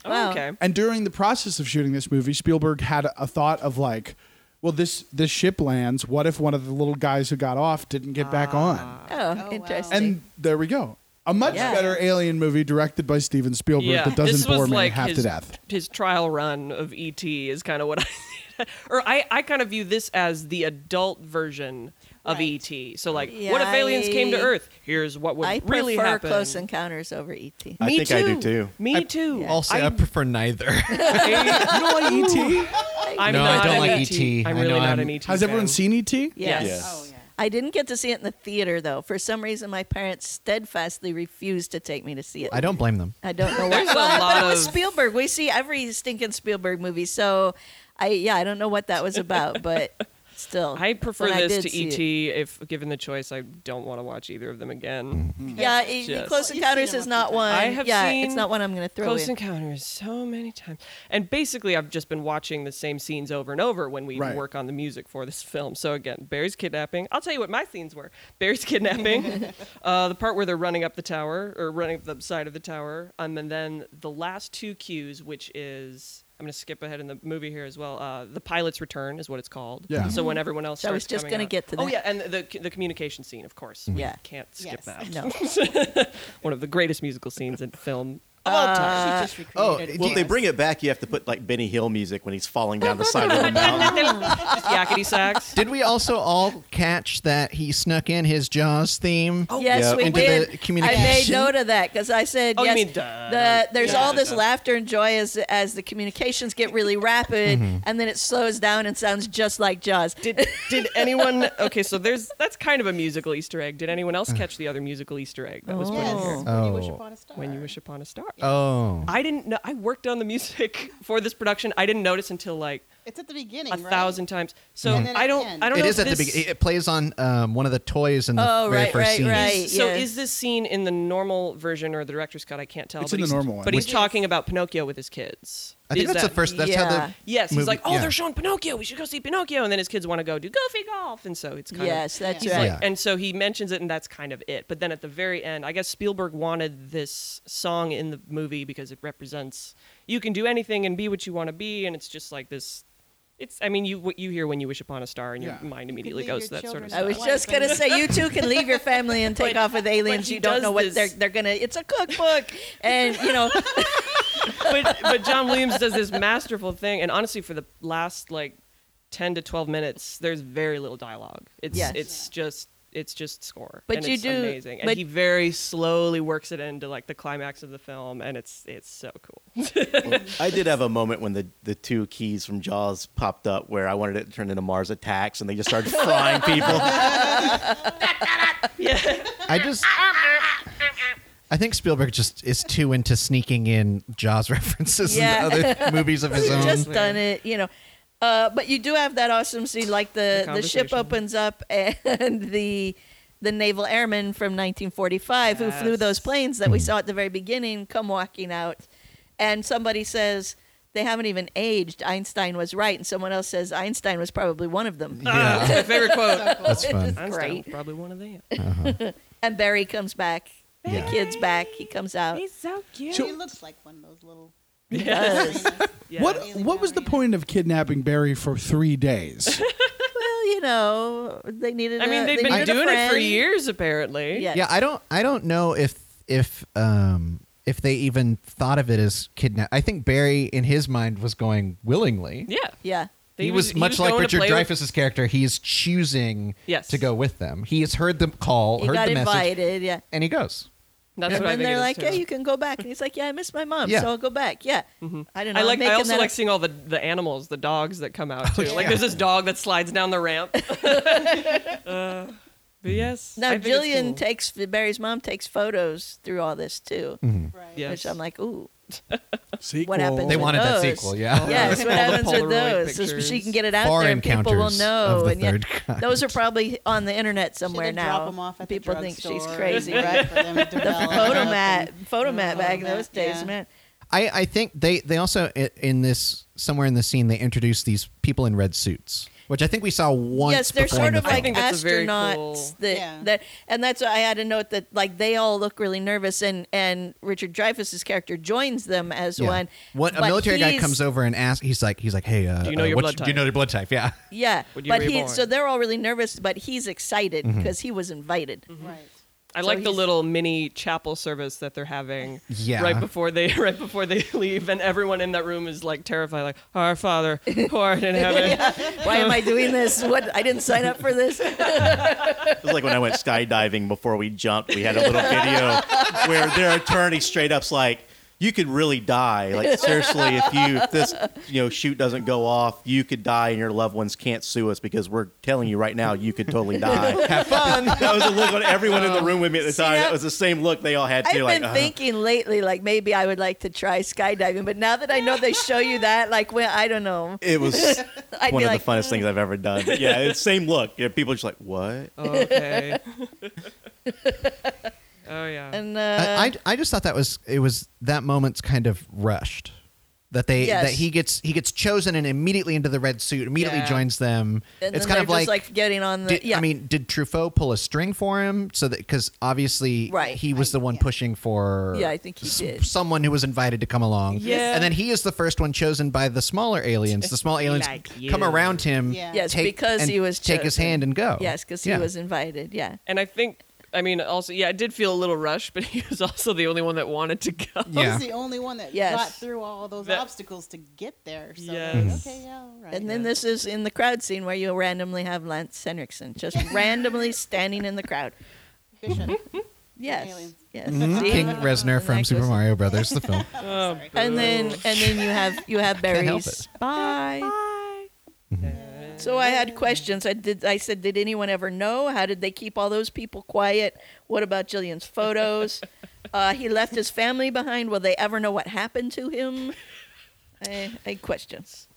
Oh, Wow. okay. And during the process of shooting this movie, Spielberg had a thought of like, well, this this ship lands. What if one of the little guys who got off didn't get back on? Oh, wow. interesting. And there we go. A much Yeah. better alien movie directed by Steven Spielberg Yeah, that doesn't this was bore me like half his, to death. His trial run of ET is kind of what I, or I, I kind of view this as the adult version of Right. ET. So like, what if aliens came to Yeah, I- Earth? Here's what would I really prefer happen. Close Encounters over E ET. Uh, I think I do too. Me too. Also, I, I, prefer neither. You know like ET? am No, I not don't an like ET. I'm ET. I really know not I'm- an ET. Has everyone fan. seen E ET? Yes. Yes. Oh yeah. I didn't get to see it in the theater though. For some reason, my parents steadfastly refused to take me to see it. I don't blame them. I don't know why. There's a well, but lot it was of- Spielberg. We see every stinking Spielberg movie, so I yeah, I don't know what that was about, but Still, I prefer when I this did to E see ET. it. If given the choice, I don't want to watch either of them again. Yeah, it- Yes. Close You've seen Encounters them is a not few one. times. I have yeah, seen it's not one I'm going to throw Close in. Encounters so many times. And basically, I've just been watching the same scenes over and over when we Right. work on the music for this film. So, again, Barry's kidnapping. I'll tell you what my scenes were Barry's kidnapping, uh, the part where they're running up the tower or running up the side of the tower. Um, and then the last two cues, which is. I'm going to skip ahead in the movie here as well. Uh, the Pilot's Return is what it's called. Yeah. So when everyone else Mm-hmm. So I was starts just coming gonna out- get to Oh, that. yeah. And the, the, the communication scene, of course. Mm-hmm. We Yeah. can't skip Yes. that no, one of the greatest musical scenes in film Uh, of all time. she just Oh, recreated it well, if they for bring us. it back. You have to put like Benny Hill music when he's falling down the side of the mountain. Just Ah. Yakety sax. Did we also all catch that he snuck in his Jaws theme? yes, yeah. we Into the did. I made communication. note of that because I said Oh, you yes. mean duh. the, there's Yeah. all this Duh. laughter and joy as as the communications get really rapid, Mm-hmm. and then it slows down and sounds just like Jaws. Did did anyone? Okay, so there's that's kind of a musical Easter egg. Did anyone else catch the other musical Easter egg that was put in Yes, here? when you wish Uh. Oh. upon a star. When you wish upon a star. Oh, I didn't know. I worked on the music for this production. I didn't notice until like it's at the beginning. a right? thousand times. So And then I at don't. the end. I don't it know. is if at the this- beginning. It plays on um, one of the toys in the Oh, very right, first right, scene. right. So yes. is this scene in the normal version or the director's cut? I can't tell. It's but in the he's- normal one. But he's Which- talking about Pinocchio with his kids. I think Is that's that- the first. That's how Yeah. the Yes, he's movie- like, oh, yeah. they're showing Pinocchio. We should go see Pinocchio. And then his kids want to go do goofy golf, and so it's kind of yes, that's He's right. like- Yeah. and so he mentions it, and that's kind of it. But then at the very end, I guess Spielberg wanted this song in the movie because it represents you can do anything and be what you want to be, and it's just like this. It's I mean you what you hear when you wish upon a star, and Yeah. your mind You could immediately leave goes your to that sort of children stuff. I was Why just is gonna that- say you two can leave your family and take But- off with aliens. he You don't does know what this- they're they're gonna. It's a cookbook, and you know but, but John Williams does this masterful thing, and honestly, for the last like ten to twelve minutes, there's very little dialogue. It's Yes. it's just it's just score, But and you it's do- amazing, and but- he very slowly works it into like the climax of the film, and it's it's so cool. I did have a moment when the, the two keys from Jaws popped up where I wanted it to turn into Mars attacks and they just started frying people. yeah, I just. I think Spielberg just is too into sneaking in Jaws references Yeah. and other movies of his We've own. just done it, you know. Uh, but you do have that awesome scene, like the, The the, ship conversation. opens up and the the naval airmen from 1945 who flew Yes. those planes that we saw at the very beginning come walking out, and somebody says they haven't even aged. Einstein was right, and someone else says Einstein was probably one of them. Ah, it's my favorite quote. That's fun. Einstein was Great. probably one of them. And Barry comes back. Yeah. The kid's back. He comes out. He's so cute. She looks like one of those little. Yes. Yeah. What What was the point of kidnapping Barry for three days? Well, you know, they needed. I mean, a- they've Uh, they been needed a doing it for friend. years, apparently. Yes. Yeah, I don't. I don't know if if um if they even thought of it as kidnap. I think Barry in his mind was going willingly. Yeah. Yeah. He, They was, much like going to Richard play with- Dreyfuss's character. He is choosing Yes. to go with them. He has heard the call, He heard got the message, invited. Yeah. and he goes. That's and what I then think it they're is, like, too. "Yeah, you can go back." And he's like, "Yeah, I miss my mom, Yeah. so I'll go back." Yeah, I don't know. Mm-hmm. I I'm like. I making also that like up. seeing all the the animals, the dogs that come out too. Like Oh, yeah. there's this dog that slides down the ramp. uh, but yes. Now I think it's Jillian cool. takes Barry's mom takes photos through all this too, Mm-hmm. Right. Yes. which I'm like, "Ooh, Sequel. What happened They With wanted that those. sequel, yeah. yes, what all the happens with Polaroid those? So she pictures. can get it out Far there, and people will encounters know." of the and yeah, third kind. those are probably on the internet somewhere Should they now. Drop 'em off at people the think she's drugstore crazy, and right? for them the to develop photo and- mat, photo mat back in Photo those mat, days, yeah. man. I, I think they they also i- in this somewhere in the scene they introduce these people in red suits, which I think we saw once. Yes, they're before in sort the of like film. think that's a very astronauts. cool- That, Yeah. that and that's why I had a note that like they all look really nervous, and and Richard Dreyfuss's character joins them as Yeah. one. What a but military guy he's- comes over and asks, he's like, he's like, hey, uh, Do you know uh, your what's- blood Do you know type?" your blood type? Yeah. Yeah, When you but were he born. so they're all really nervous, but he's excited Mm-hmm. because he was invited. Right. I So like the he's- little mini chapel service that they're having Yeah. right before they right before they leave, and everyone in that room is like terrified, like "Our Father who art in heaven." Why am I doing this? What I didn't sign up for this. It was like when I went skydiving before we jumped, we had a little video where their attorney straight up's like, you could really die. Like seriously, if you if this you know shoot doesn't go off, you could die, and your loved ones can't sue us because we're telling you right now, you could totally die. Have fun. That was a look on everyone in the room with me at the See, time. now- That was the same look they all had I've too. Like, been uh-huh. uh, thinking lately, like maybe I would like to try skydiving, but now that I know they show you that, like, well, I don't know. it was I'd one be of like, the funnest things I've ever done. But yeah, it's same look. Yeah, people are just like, what? Okay. oh yeah. And uh, I, I I just thought that was it was that moment's kind of rushed that they Yes. that he gets he gets chosen and immediately into the red suit immediately Yeah. joins them. and it's then kind of they're like, just like getting on the. did, yeah, I mean, did Truffaut pull a string for him so that because obviously Right. he was the one yeah. pushing for Yeah, I think he s- did. someone who was invited to come along. Yeah. and then he is the first one chosen by the smaller aliens. The small aliens Like come you. around him. Yeah. yes, take- because and he was take his chosen. hand and go. Yes, because he Yeah. was invited. Yeah. And I think, I mean, also, yeah, I did feel a little rushed, but he was also the only one that wanted to go. He's Yeah. the only one that Yes. got through all those That- obstacles to get there. So Yes. they're like, okay, yeah, all right. And then this is in the crowd scene where you randomly have Lance Henriksen just randomly standing in the crowd. Efficient. Yes. Aliens. Yes. See? Mm-hmm. King Resner And from that Super goes- Mario Brothers, the film. Oh, And then and then you have you have help Mm-hmm. Barry's bye. So I had questions. I did I said did anyone ever know how did they keep all those people quiet? What about Jillian's photos? Uh, he left his family behind. Will they ever know what happened to him? I, I had questions.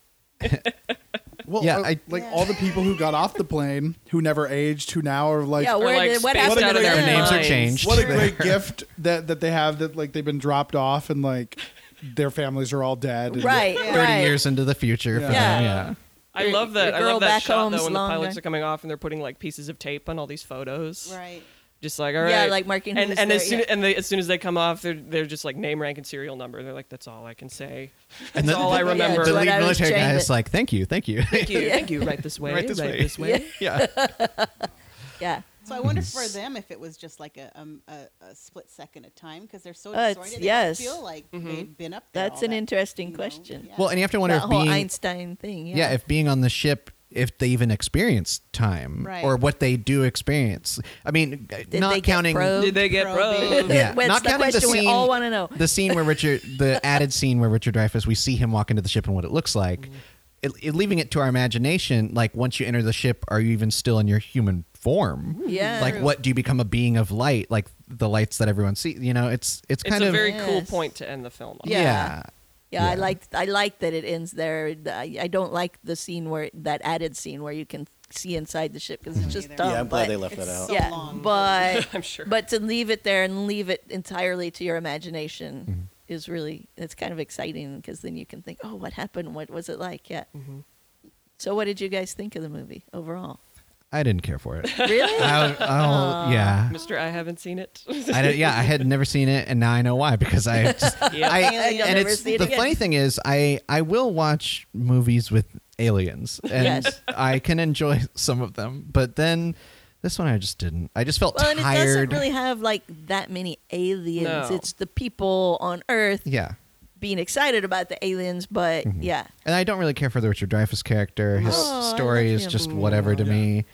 Well, Yeah, uh, I- like Yeah. all the people who got off the plane, who never aged, who now are like, yeah, Or where like did, what spaced happened out to of their them? names are minds. changed. what a great gift that that they have that like they've been dropped off and like their families are all dead. and- Right, 30 right. years into the future. for Yeah. them, yeah. I Your- love that. your I girl love back that shot home's though when longer. the pilots are coming off and they're putting like pieces of tape on all these photos. right. Just like all right. Yeah, like marking who And was and there, as soon yeah. and they, as soon as they come off, they're they're just like name, rank, and serial number. They're like, that's all I can say. That's And the- all I the- remember. The When lead I was military guy trained is at- like, thank you, thank you. thank you, thank you. Right this way. Right this way. way. yeah. Yeah. So I wonder for them if it was just like a um, a, a split second of time because they're so Uh, it's- disoriented. yes. They don't feel like Mm-hmm. they've been up there. That's all an that, interesting you know, question. yeah. Well, and you have to wonder that if whole being, Einstein thing. Yeah. yeah. if being on the ship, if they even experienced time Right. or what they do experience. I mean, they not get counting probed? Did they get Probing. probed? Yeah, That's not the counting the question we scene- all want to know. the scene where Richard, the added scene where Richard Dreyfuss, we see him walk into the ship and what it looks like. Mm-hmm. It, it- leaving it to our imagination, like once you enter the ship, are you even still in your human form? Yeah. Like, what do you become a being of light? Like the lights that everyone sees. You know, it's It's it's kind a of very cool Yes. point to end the film. on. Yeah. yeah. Yeah, I Yeah. like I like that it ends there. I, I don't like the scene where that added scene where you can see inside the ship because it's just either. dumb. Yeah, Yeah, I'm glad but- they left It's that out. so yeah, long. but I'm sure. but to leave it there and leave it entirely to your imagination Mm-hmm. is really it's kind of exciting because then you can think, oh, what happened? What was it like? Yeah. So, what did you guys think of the movie overall? I didn't care for it. Really? I, oh yeah, Mister, I haven't seen it. I did, yeah. I had never seen it, and now I know why because I. Just, Yeah. I Yeah, you'll and never it's see it the again. funny thing is I I will watch movies with aliens and Yes. I can enjoy some of them, but then this one I just didn't. I just felt Well, and it doesn't tired. really have like that many aliens. No. It's the people on Earth yeah. being excited about the aliens, but Mm-hmm. yeah, And I don't really care for the Richard Dreyfuss character. His Oh, I story love is him. just whatever to me.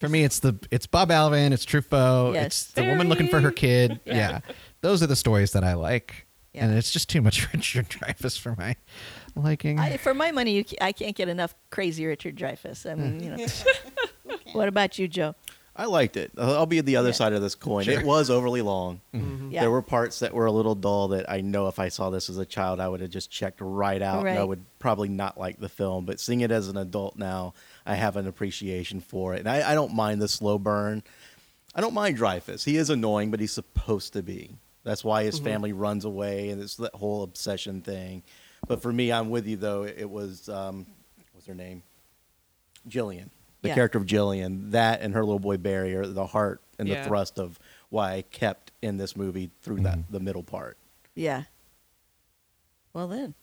For me, it's the it's Bob Alvin, it's Truffaut, Yes. it's the woman looking for her kid. yeah. those are the stories that I like, Yeah. and it's just too much Richard Dreyfuss for my Mm-hmm. liking. I, for my money, you, ca- I can't get enough crazy Richard Dreyfuss. I mean, you know. Mm. what about you, Joe? I liked it. I'll I'll be the other Yeah. Mm-hmm. side of this coin. Sure. It was overly long. Yeah. There were parts that were a little dull that I know if I saw this as a child, I would have just checked right out and I Right. would probably not like the film. But seeing it as an adult now, I have an appreciation for it. And I, I don't mind the slow burn. I don't mind Dreyfus. He is annoying, but he's supposed to be. That's why Mm-hmm. his family runs away and it's that whole obsession thing. But for me, I'm with you though. It was um, what's her name? Jillian. The Yeah. character of Jillian, that and her little boy Barry are the heart and Yeah. the thrust of why I kept in this movie through that the middle part. Yeah. Well then,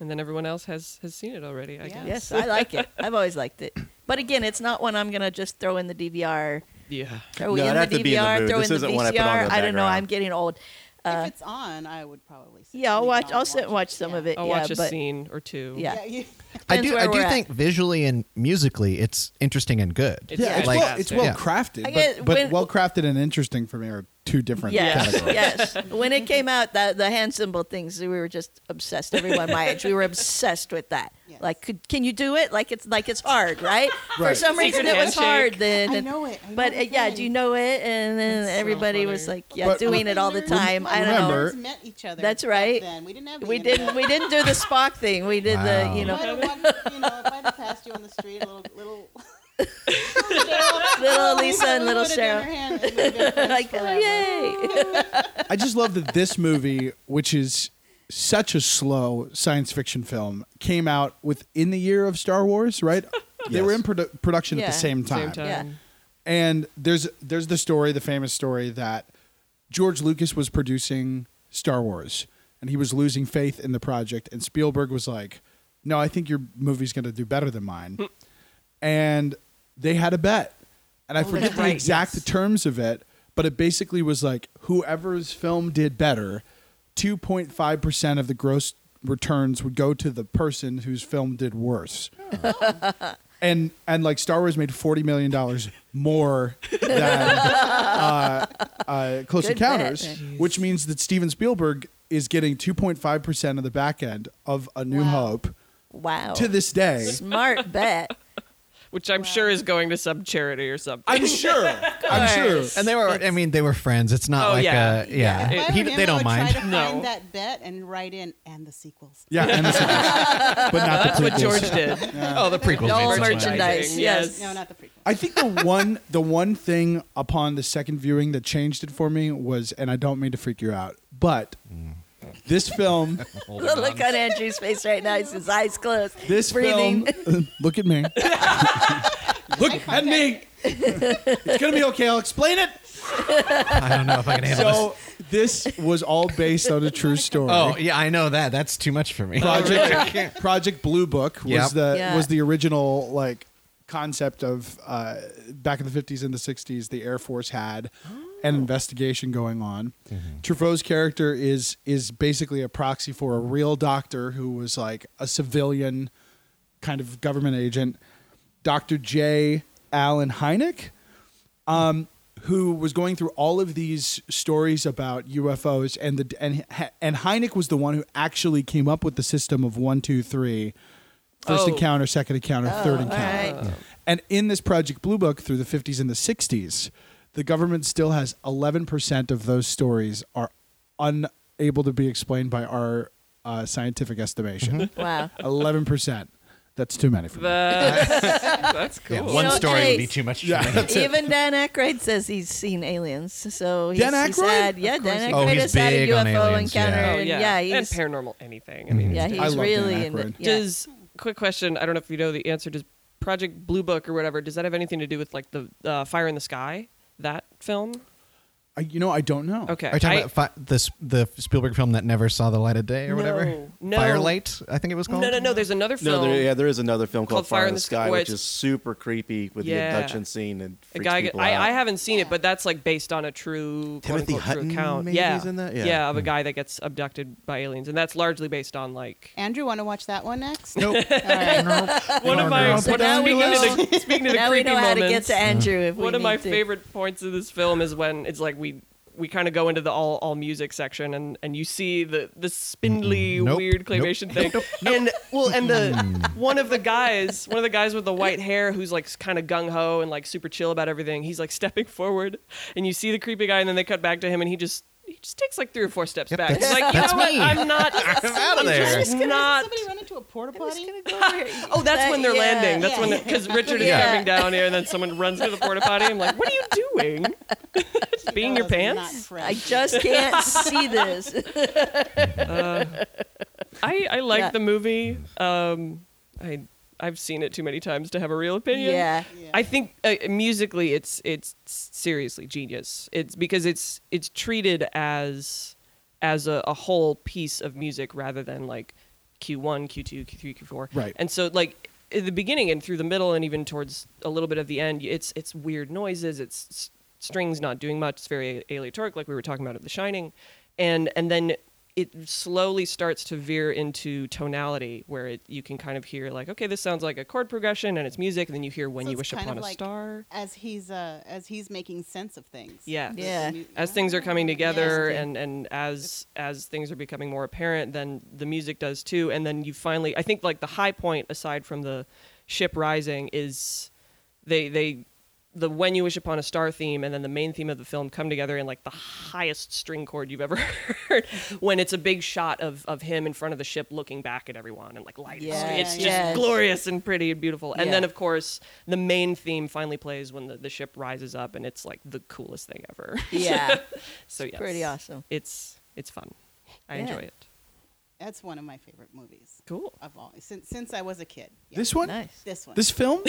and then everyone else has has seen it already. I Yeah. guess. yes, I like it. I've always liked it. But again, it's not one I'm gonna just throw in the DVR. Yeah. Throw No, in it'd the have to be in the DVR. mood. throw This in the isn't one I put on in VCR. the I don't know. background. I'm getting old. if it's on, I would probably. Sit Uh, Yeah, I'll leave it watch. on I'll and sit and watch some Yeah. of it. I'll yeah, watch a but scene or two. Yeah. you- I Depends do. where I do we're at. think visually and musically, it's interesting and good. It's Yeah, it's Like- well, it's well Yeah. crafted, I but, guess but when- well crafted and interesting for me are two different Yes, categories. yes. When it came out, the, the hand symbol things, we were just obsessed. Everyone my age, we were obsessed with that. Yes. Like, could, can you do it? Like it's like it's hard, right? For Right. some reason, Secret it was handshake. hard then. I and- know it. I know but the uh, yeah, feeling. do you know it? And then That's so everybody funny. was like, yeah, But doing it all the time. I don't remember- know. We met each other. That's back right. Then we didn't have. The We internet. didn't we didn't do the Spock thing. We did Wow. the you If know I'd have walked- you know, if I'd have passed you on the street, a little, little, little Lisa and we little would've Cheryl. done her hand and we'd have been Like, friends oh, forever. yay! I just love that this movie, which is such a slow science fiction film, came out within the year of Star Wars, right? They were in produ- production at Yeah. the same time. Same time. Yeah. And there's there's the story, the famous story that George Lucas was producing Star Wars and he was losing faith in the project and Spielberg was like, "No, I think your movie's going to do better than mine." Hmm. and they had a bet. And I forget the Oh, right, exact yes. terms of it, but it basically was like whoever's film did better, 2.5% of the gross returns would go to the person whose film did worse. and and like Star Wars made 40 million dollars more than uh, uh, Close Good bet. Encounters, which means that Steven Spielberg is getting 2.5% of the back end of A New Wow. Hope Wow. to this day. smart bet. Which I'm sure is going to some charity or something. I'm sure. I'm sure. And they were, I mean, they were friends. It's not Oh, like yeah. a, yeah. If I were He- him, they I don't would mind. Try to No. find that bet and write in and the sequels. Yeah, and the sequels, but not That's the what prequels. George did. Oh, the prequel. All Merchandising, merchandise. Yes. No, not the prequels. I think the one the one thing upon the second viewing that changed it for me was, and I don't mean to freak you out, but this film, The look on Andrew's face right now. He's his eyes closed. this breathing. film, uh, look at me, look at me. it's gonna be okay. I'll explain it. I don't know if I can handle So this was all based on a true story. this. Oh, yeah, I know that. That's too much for me. Project Project Blue Book was Yep. the Yeah. was the original like concept of uh, back in the fifties and the sixties. The Air Force had an investigation going on. Truffaut's character is is basically a proxy for a real doctor who was like a civilian kind of government agent, Doctor J. Allen Hynek um, who was going through all of these stories about UFOs, and the and and Hynek was the one who actually came up with the system of one, two, three, first Oh. encounter, second encounter, third encounter. Uh. right. And in this Project Blue Book through the 50s and the 60s, the government still has 11% of those stories are unable to be explained by our uh, scientific estimation. Mm-hmm. Wow. 11%. That's too many for me. That's, that's cool. Yeah, one You know, story hey, would be too much for yeah. me. Even Dan Aykroyd says he's seen aliens. So he's, Dan he's Aykroyd? had, yeah, Dan he has. Aykroyd Oh, he's has had a big on UFO aliens, yeah. encounter. Oh, And yeah. yeah, and he's, paranormal anything. I mean, yeah, it's he's I love Dan really in Aykroyd. it. Yeah. Does quick question? I don't know if you know the answer. Does Project Blue Book or whatever? Does that have anything to do with like the uh, Fire in the Sky that film? I, you know, I don't know. Okay, Are you talking I- about fi- this the Spielberg film that never saw the light of day or whatever? No, no. Firelight, I think it was called. no, no, no. There's another No, film. there, yeah, there is another film Called called, Fire in the Sky, where which it's- is super creepy with Yeah. the abduction scene and a freaks guy. get- people out. I, I haven't seen it, but that's like based on a true quote Timothy unquote, Hutton true account. maybe yeah, is in that? Yeah. Hmm. of a guy that gets abducted by aliens, and that's largely based on like. Andrew, want to watch that one next? Nope. All right. One of my So now we speaking know, of the, speaking of the now we creepy know how to get moments, to Andrew if we one of my need to. favorite points of this film is when it's like we we kind of go into the all all music section and and you see the the spindly Mm-mm. Nope. Mm. weird claymation thing and well and the one of the guys one of the guys with the white hair who's like kind of gung ho and like super chill about everything he's like stepping forward and you see the creepy guy and then they cut back to him and he just he just takes like three or four steps back. He's that's- like, you that's know what? me. I'm not. I'm out of there. Just not. Somebody run into a porta potty. Oh, that's when they're yeah. landing. That's when Yeah. because Richard Yeah. is coming down here, and then someone runs to the porta potty. I'm like, what are you doing? Just Oh, being your pants. I just can't see this. I I like Yeah. the movie. Um, I I've seen it too many times to have a real opinion. Yeah. I think uh, musically, it's it's seriously genius. It's because it's it's treated as as a, a whole piece of music rather than like Q1, Q2, Q3, Q4. Right. And so like in the beginning and through the middle and even towards a little bit of the end, it's it's weird noises. It's s- strings not doing much. It's very aleatoric, like we were talking about at The Shining, and and then it slowly starts to veer into tonality where it, you can kind of hear like, okay, this sounds like a chord progression and it's music, and then you hear when So you it's wish kind upon of a like star. as he's uh, as he's making sense of things. Yeah. Yeah. As things are coming together Yes. and, and as as things are becoming more apparent, then the music does too. And then you finally I think like the high point aside from the ship rising is they they the when you wish upon a star theme and then the main theme of the film come together in like the highest string chord you've ever heard when it's a big shot of, of him in front of the ship looking back at everyone and like lights Yeah, it's just yes. glorious and pretty and beautiful and Yeah. then of course the main theme finally plays when the, the ship rises up and it's like the coolest thing ever Yeah. so yes, Pretty awesome. It's it's fun. I Yeah. enjoy it. That's one of my favorite movies Cool. of all since since I was a kid. Yeah. This one? Nice. This one. This film?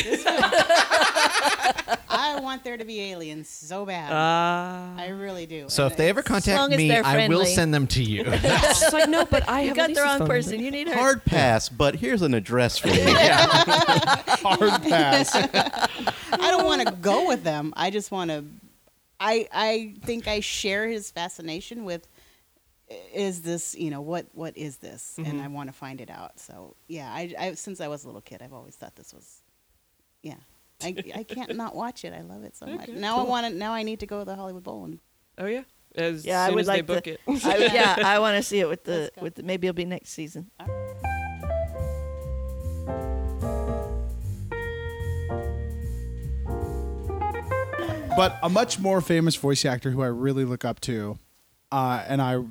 I want there to be aliens so bad. Uh, I really do. So And if they ever it's- contact long as me, they're I will friendly. send them to you. it's like no, but I You have got the Lisa's wrong phone person. number. You need her. Hard pass, but here's an address for you. Hard pass. I don't want to go with them. I just want to. I I think I share his fascination with. Is this you know what what is this? And I want to find it out. So yeah, I, I since I was a little kid, I've always thought this was. Yeah, I I can't not watch it. I love it so much. Now I want to. Now I need to go to the Hollywood Bowl and Oh yeah. As Yeah, I soon would as like they book to. it. Oh, I, yeah, I want to see it with the Let's go. with the, maybe it'll be next season. but a much more famous voice actor who I really look up to, uh, and I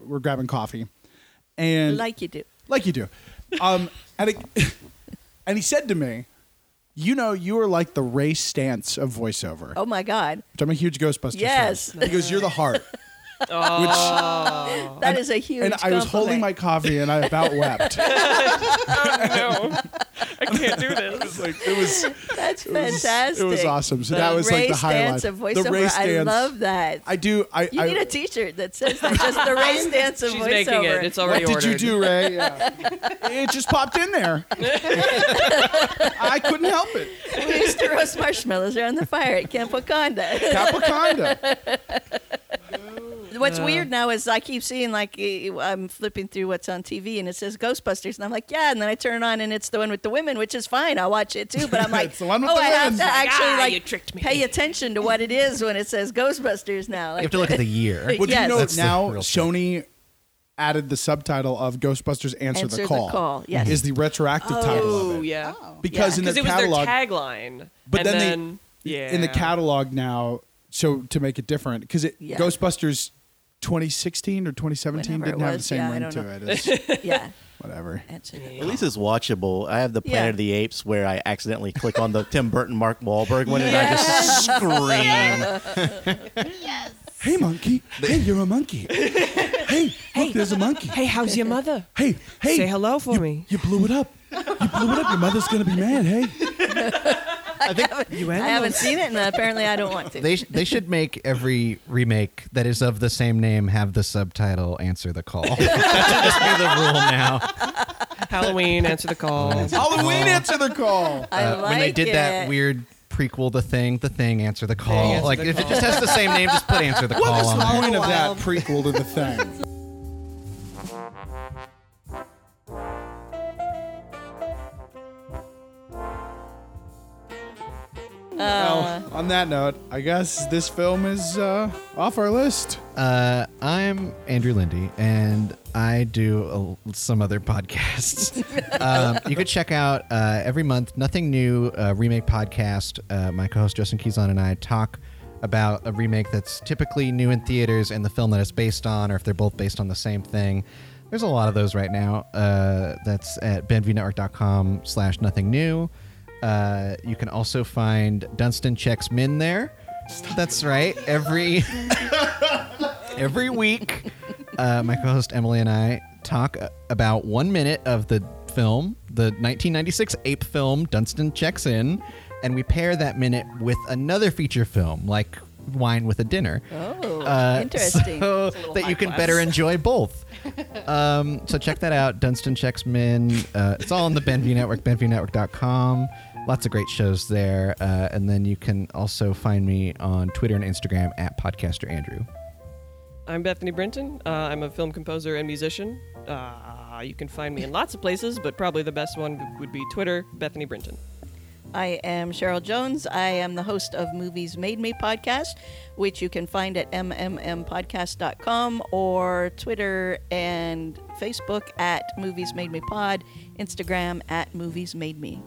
were grabbing coffee, and Like you do. like you do, um, and it, and he said to me, "You know, you are like the Ray Stance of voiceover." Oh my God, Which I'm a huge Ghostbusters. fan. Yes. he goes, "You're the heart," that is a huge. and I was holding my compliment. coffee, and I about wept. it no, I can't do this. was like it was, That's was- fantastic. it was awesome. So that The was Ray like the highlight. stance of voiceover. The Ray I Stance. love that. I do. I. you I, need a T-shirt that says that, just the Ray stance of She's voiceover. making it. It's What already did ordered. you do, Ray? Yeah. it just popped in there. I couldn't help it. we used to roast marshmallows around the fire at Camp Wakanda. Capriconda. What's weird now is I keep seeing like eh, I'm flipping through what's on TV and it says Ghostbusters and I'm like yeah and then I turn it on and it's the one with the women which is fine I'll watch it too but I'm like It's the one with oh the I have women." to actually Ah, like you tricked me. pay attention to what it is when it says Ghostbusters now you like, have to look at the year. Well, Well, do you Yes. know That's the now real thing. Sony added the subtitle of Ghostbusters Answer, Answer the the Call. Call, yes. Is the retroactive title Oh of it. yeah. Because Yeah. Because in their it was catalog, their tagline. But and then then, they- yeah. in the catalog now, so to make it different, because it Yeah. Ghostbusters 2016 or 2017 Whatever it didn't have the was, same yeah, I ring don't to know. it. It's yeah whatever. Answer the At least it's watchable. I have the Planet Yeah. of the Apes where I accidentally click on the Tim Burton Mark Wahlberg one and I just scream. Hey, monkey. Hey, you're a monkey. hey, look, there's a monkey. Hey, how's your mother? Hey, hey. Say hello for you- me. You blew it up. You blew it up. Your mother's going to be mad. Hey. I haven't seen it and apparently I don't want to Oh. They, sh- they should make every remake that is of the same name have the subtitle answer the call. that should just be the rule now. Halloween, answer Oh, the call. Halloween Answer the Call. I Uh, like when they did it. that weird prequel, the thing, the thing, answer the call. Answer like the if it Call. just has the same name, just put answer the What call was on the it. point of that Wild. prequel to the thing? Uh. well, on that note, I guess this film is uh, off our list. Uh, I'm Andrew Lindy, and I do a, some other podcasts. um, you could check out uh, every month Nothing New uh, remake podcast. Uh, my co-host Justin Keyson and I talk about a remake that's typically new in theaters and the film that it's based on, or if they're both based on the same thing. There's a lot of those right now. Uh, that's at benvnetwork.com slash nothing new. Uh, you can also find Dunstan Checks Min there. That's right. Every every week uh, my co-host emily and i talk uh, about one minute of the film the 1996 ape film dunstan checks in and we pair that minute with another feature film like wine with a dinner oh uh, interesting so little that high you can class. better enjoy both um, so check that out dunstan checks min uh, it's all on the benview network benviewnetwork.com lots of great shows there uh, and then you can also find me on twitter and instagram at podcaster andrew I'm Bethany Brinton. Uh, I'm a film composer and musician. Uh, you can find me in lots of places, but probably the best one would be Twitter, Bethany Brinton. I am Cheryl Jones. I am the host of Movies Made Me podcast, which you can find at mmmpodcast.com or Twitter and Facebook at Movies Made Me Pod, Instagram at Movies Made Me.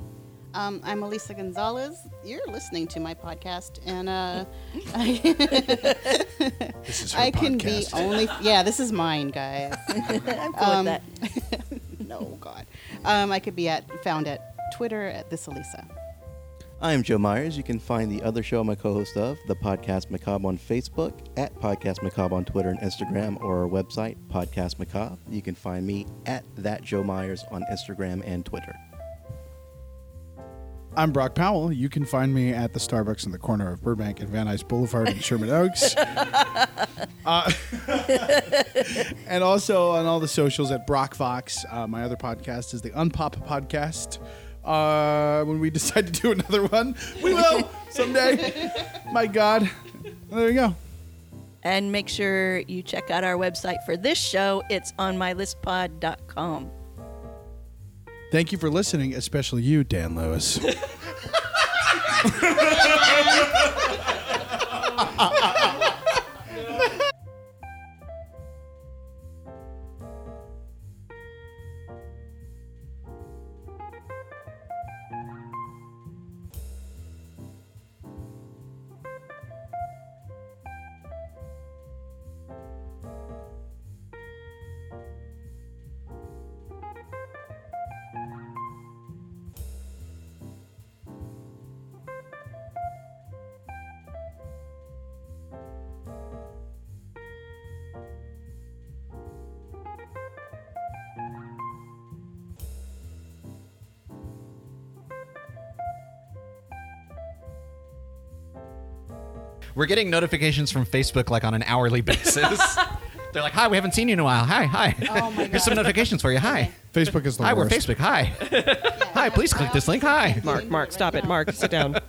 Um, I'm Elisa Gonzalez. You're listening to my podcast, and uh, This is her I can be podcast. only. Yeah, this is mine, guys. I'm cool Um, with that. no, God. Um, I could be at found at Twitter at this Elisa. I'm Joe Myers. You can find the other show I'm a co-host of, the Podcast Macabre, on Facebook, at Podcast Macabre on Twitter and Instagram, or our website, Podcast Macabre. You can find me at that Joe Myers on Instagram and Twitter. I'm Brock Powell. You can find me at the Starbucks in the corner of Burbank and Van Nuys Boulevard in Sherman Oaks. Uh, and also on all the socials at Brock Vox. Uh, my other podcast is the Unpop Podcast. Uh, when we decide to do another one, we will someday. my God. There you go. And make sure you check out our website for this show. It's on mylistpod.com. Thank you for listening, especially you, Dan Lewis. We're getting notifications from Facebook like on an hourly basis. They're like, "Hi, we haven't seen you in a while. Hi, hi. Oh, my Here's some notifications for you. Hi, Facebook is the hi. We're worst. Facebook. Hi, hi. Please click this link. Hi." Mark, Mark, stop it, Mark, sit down.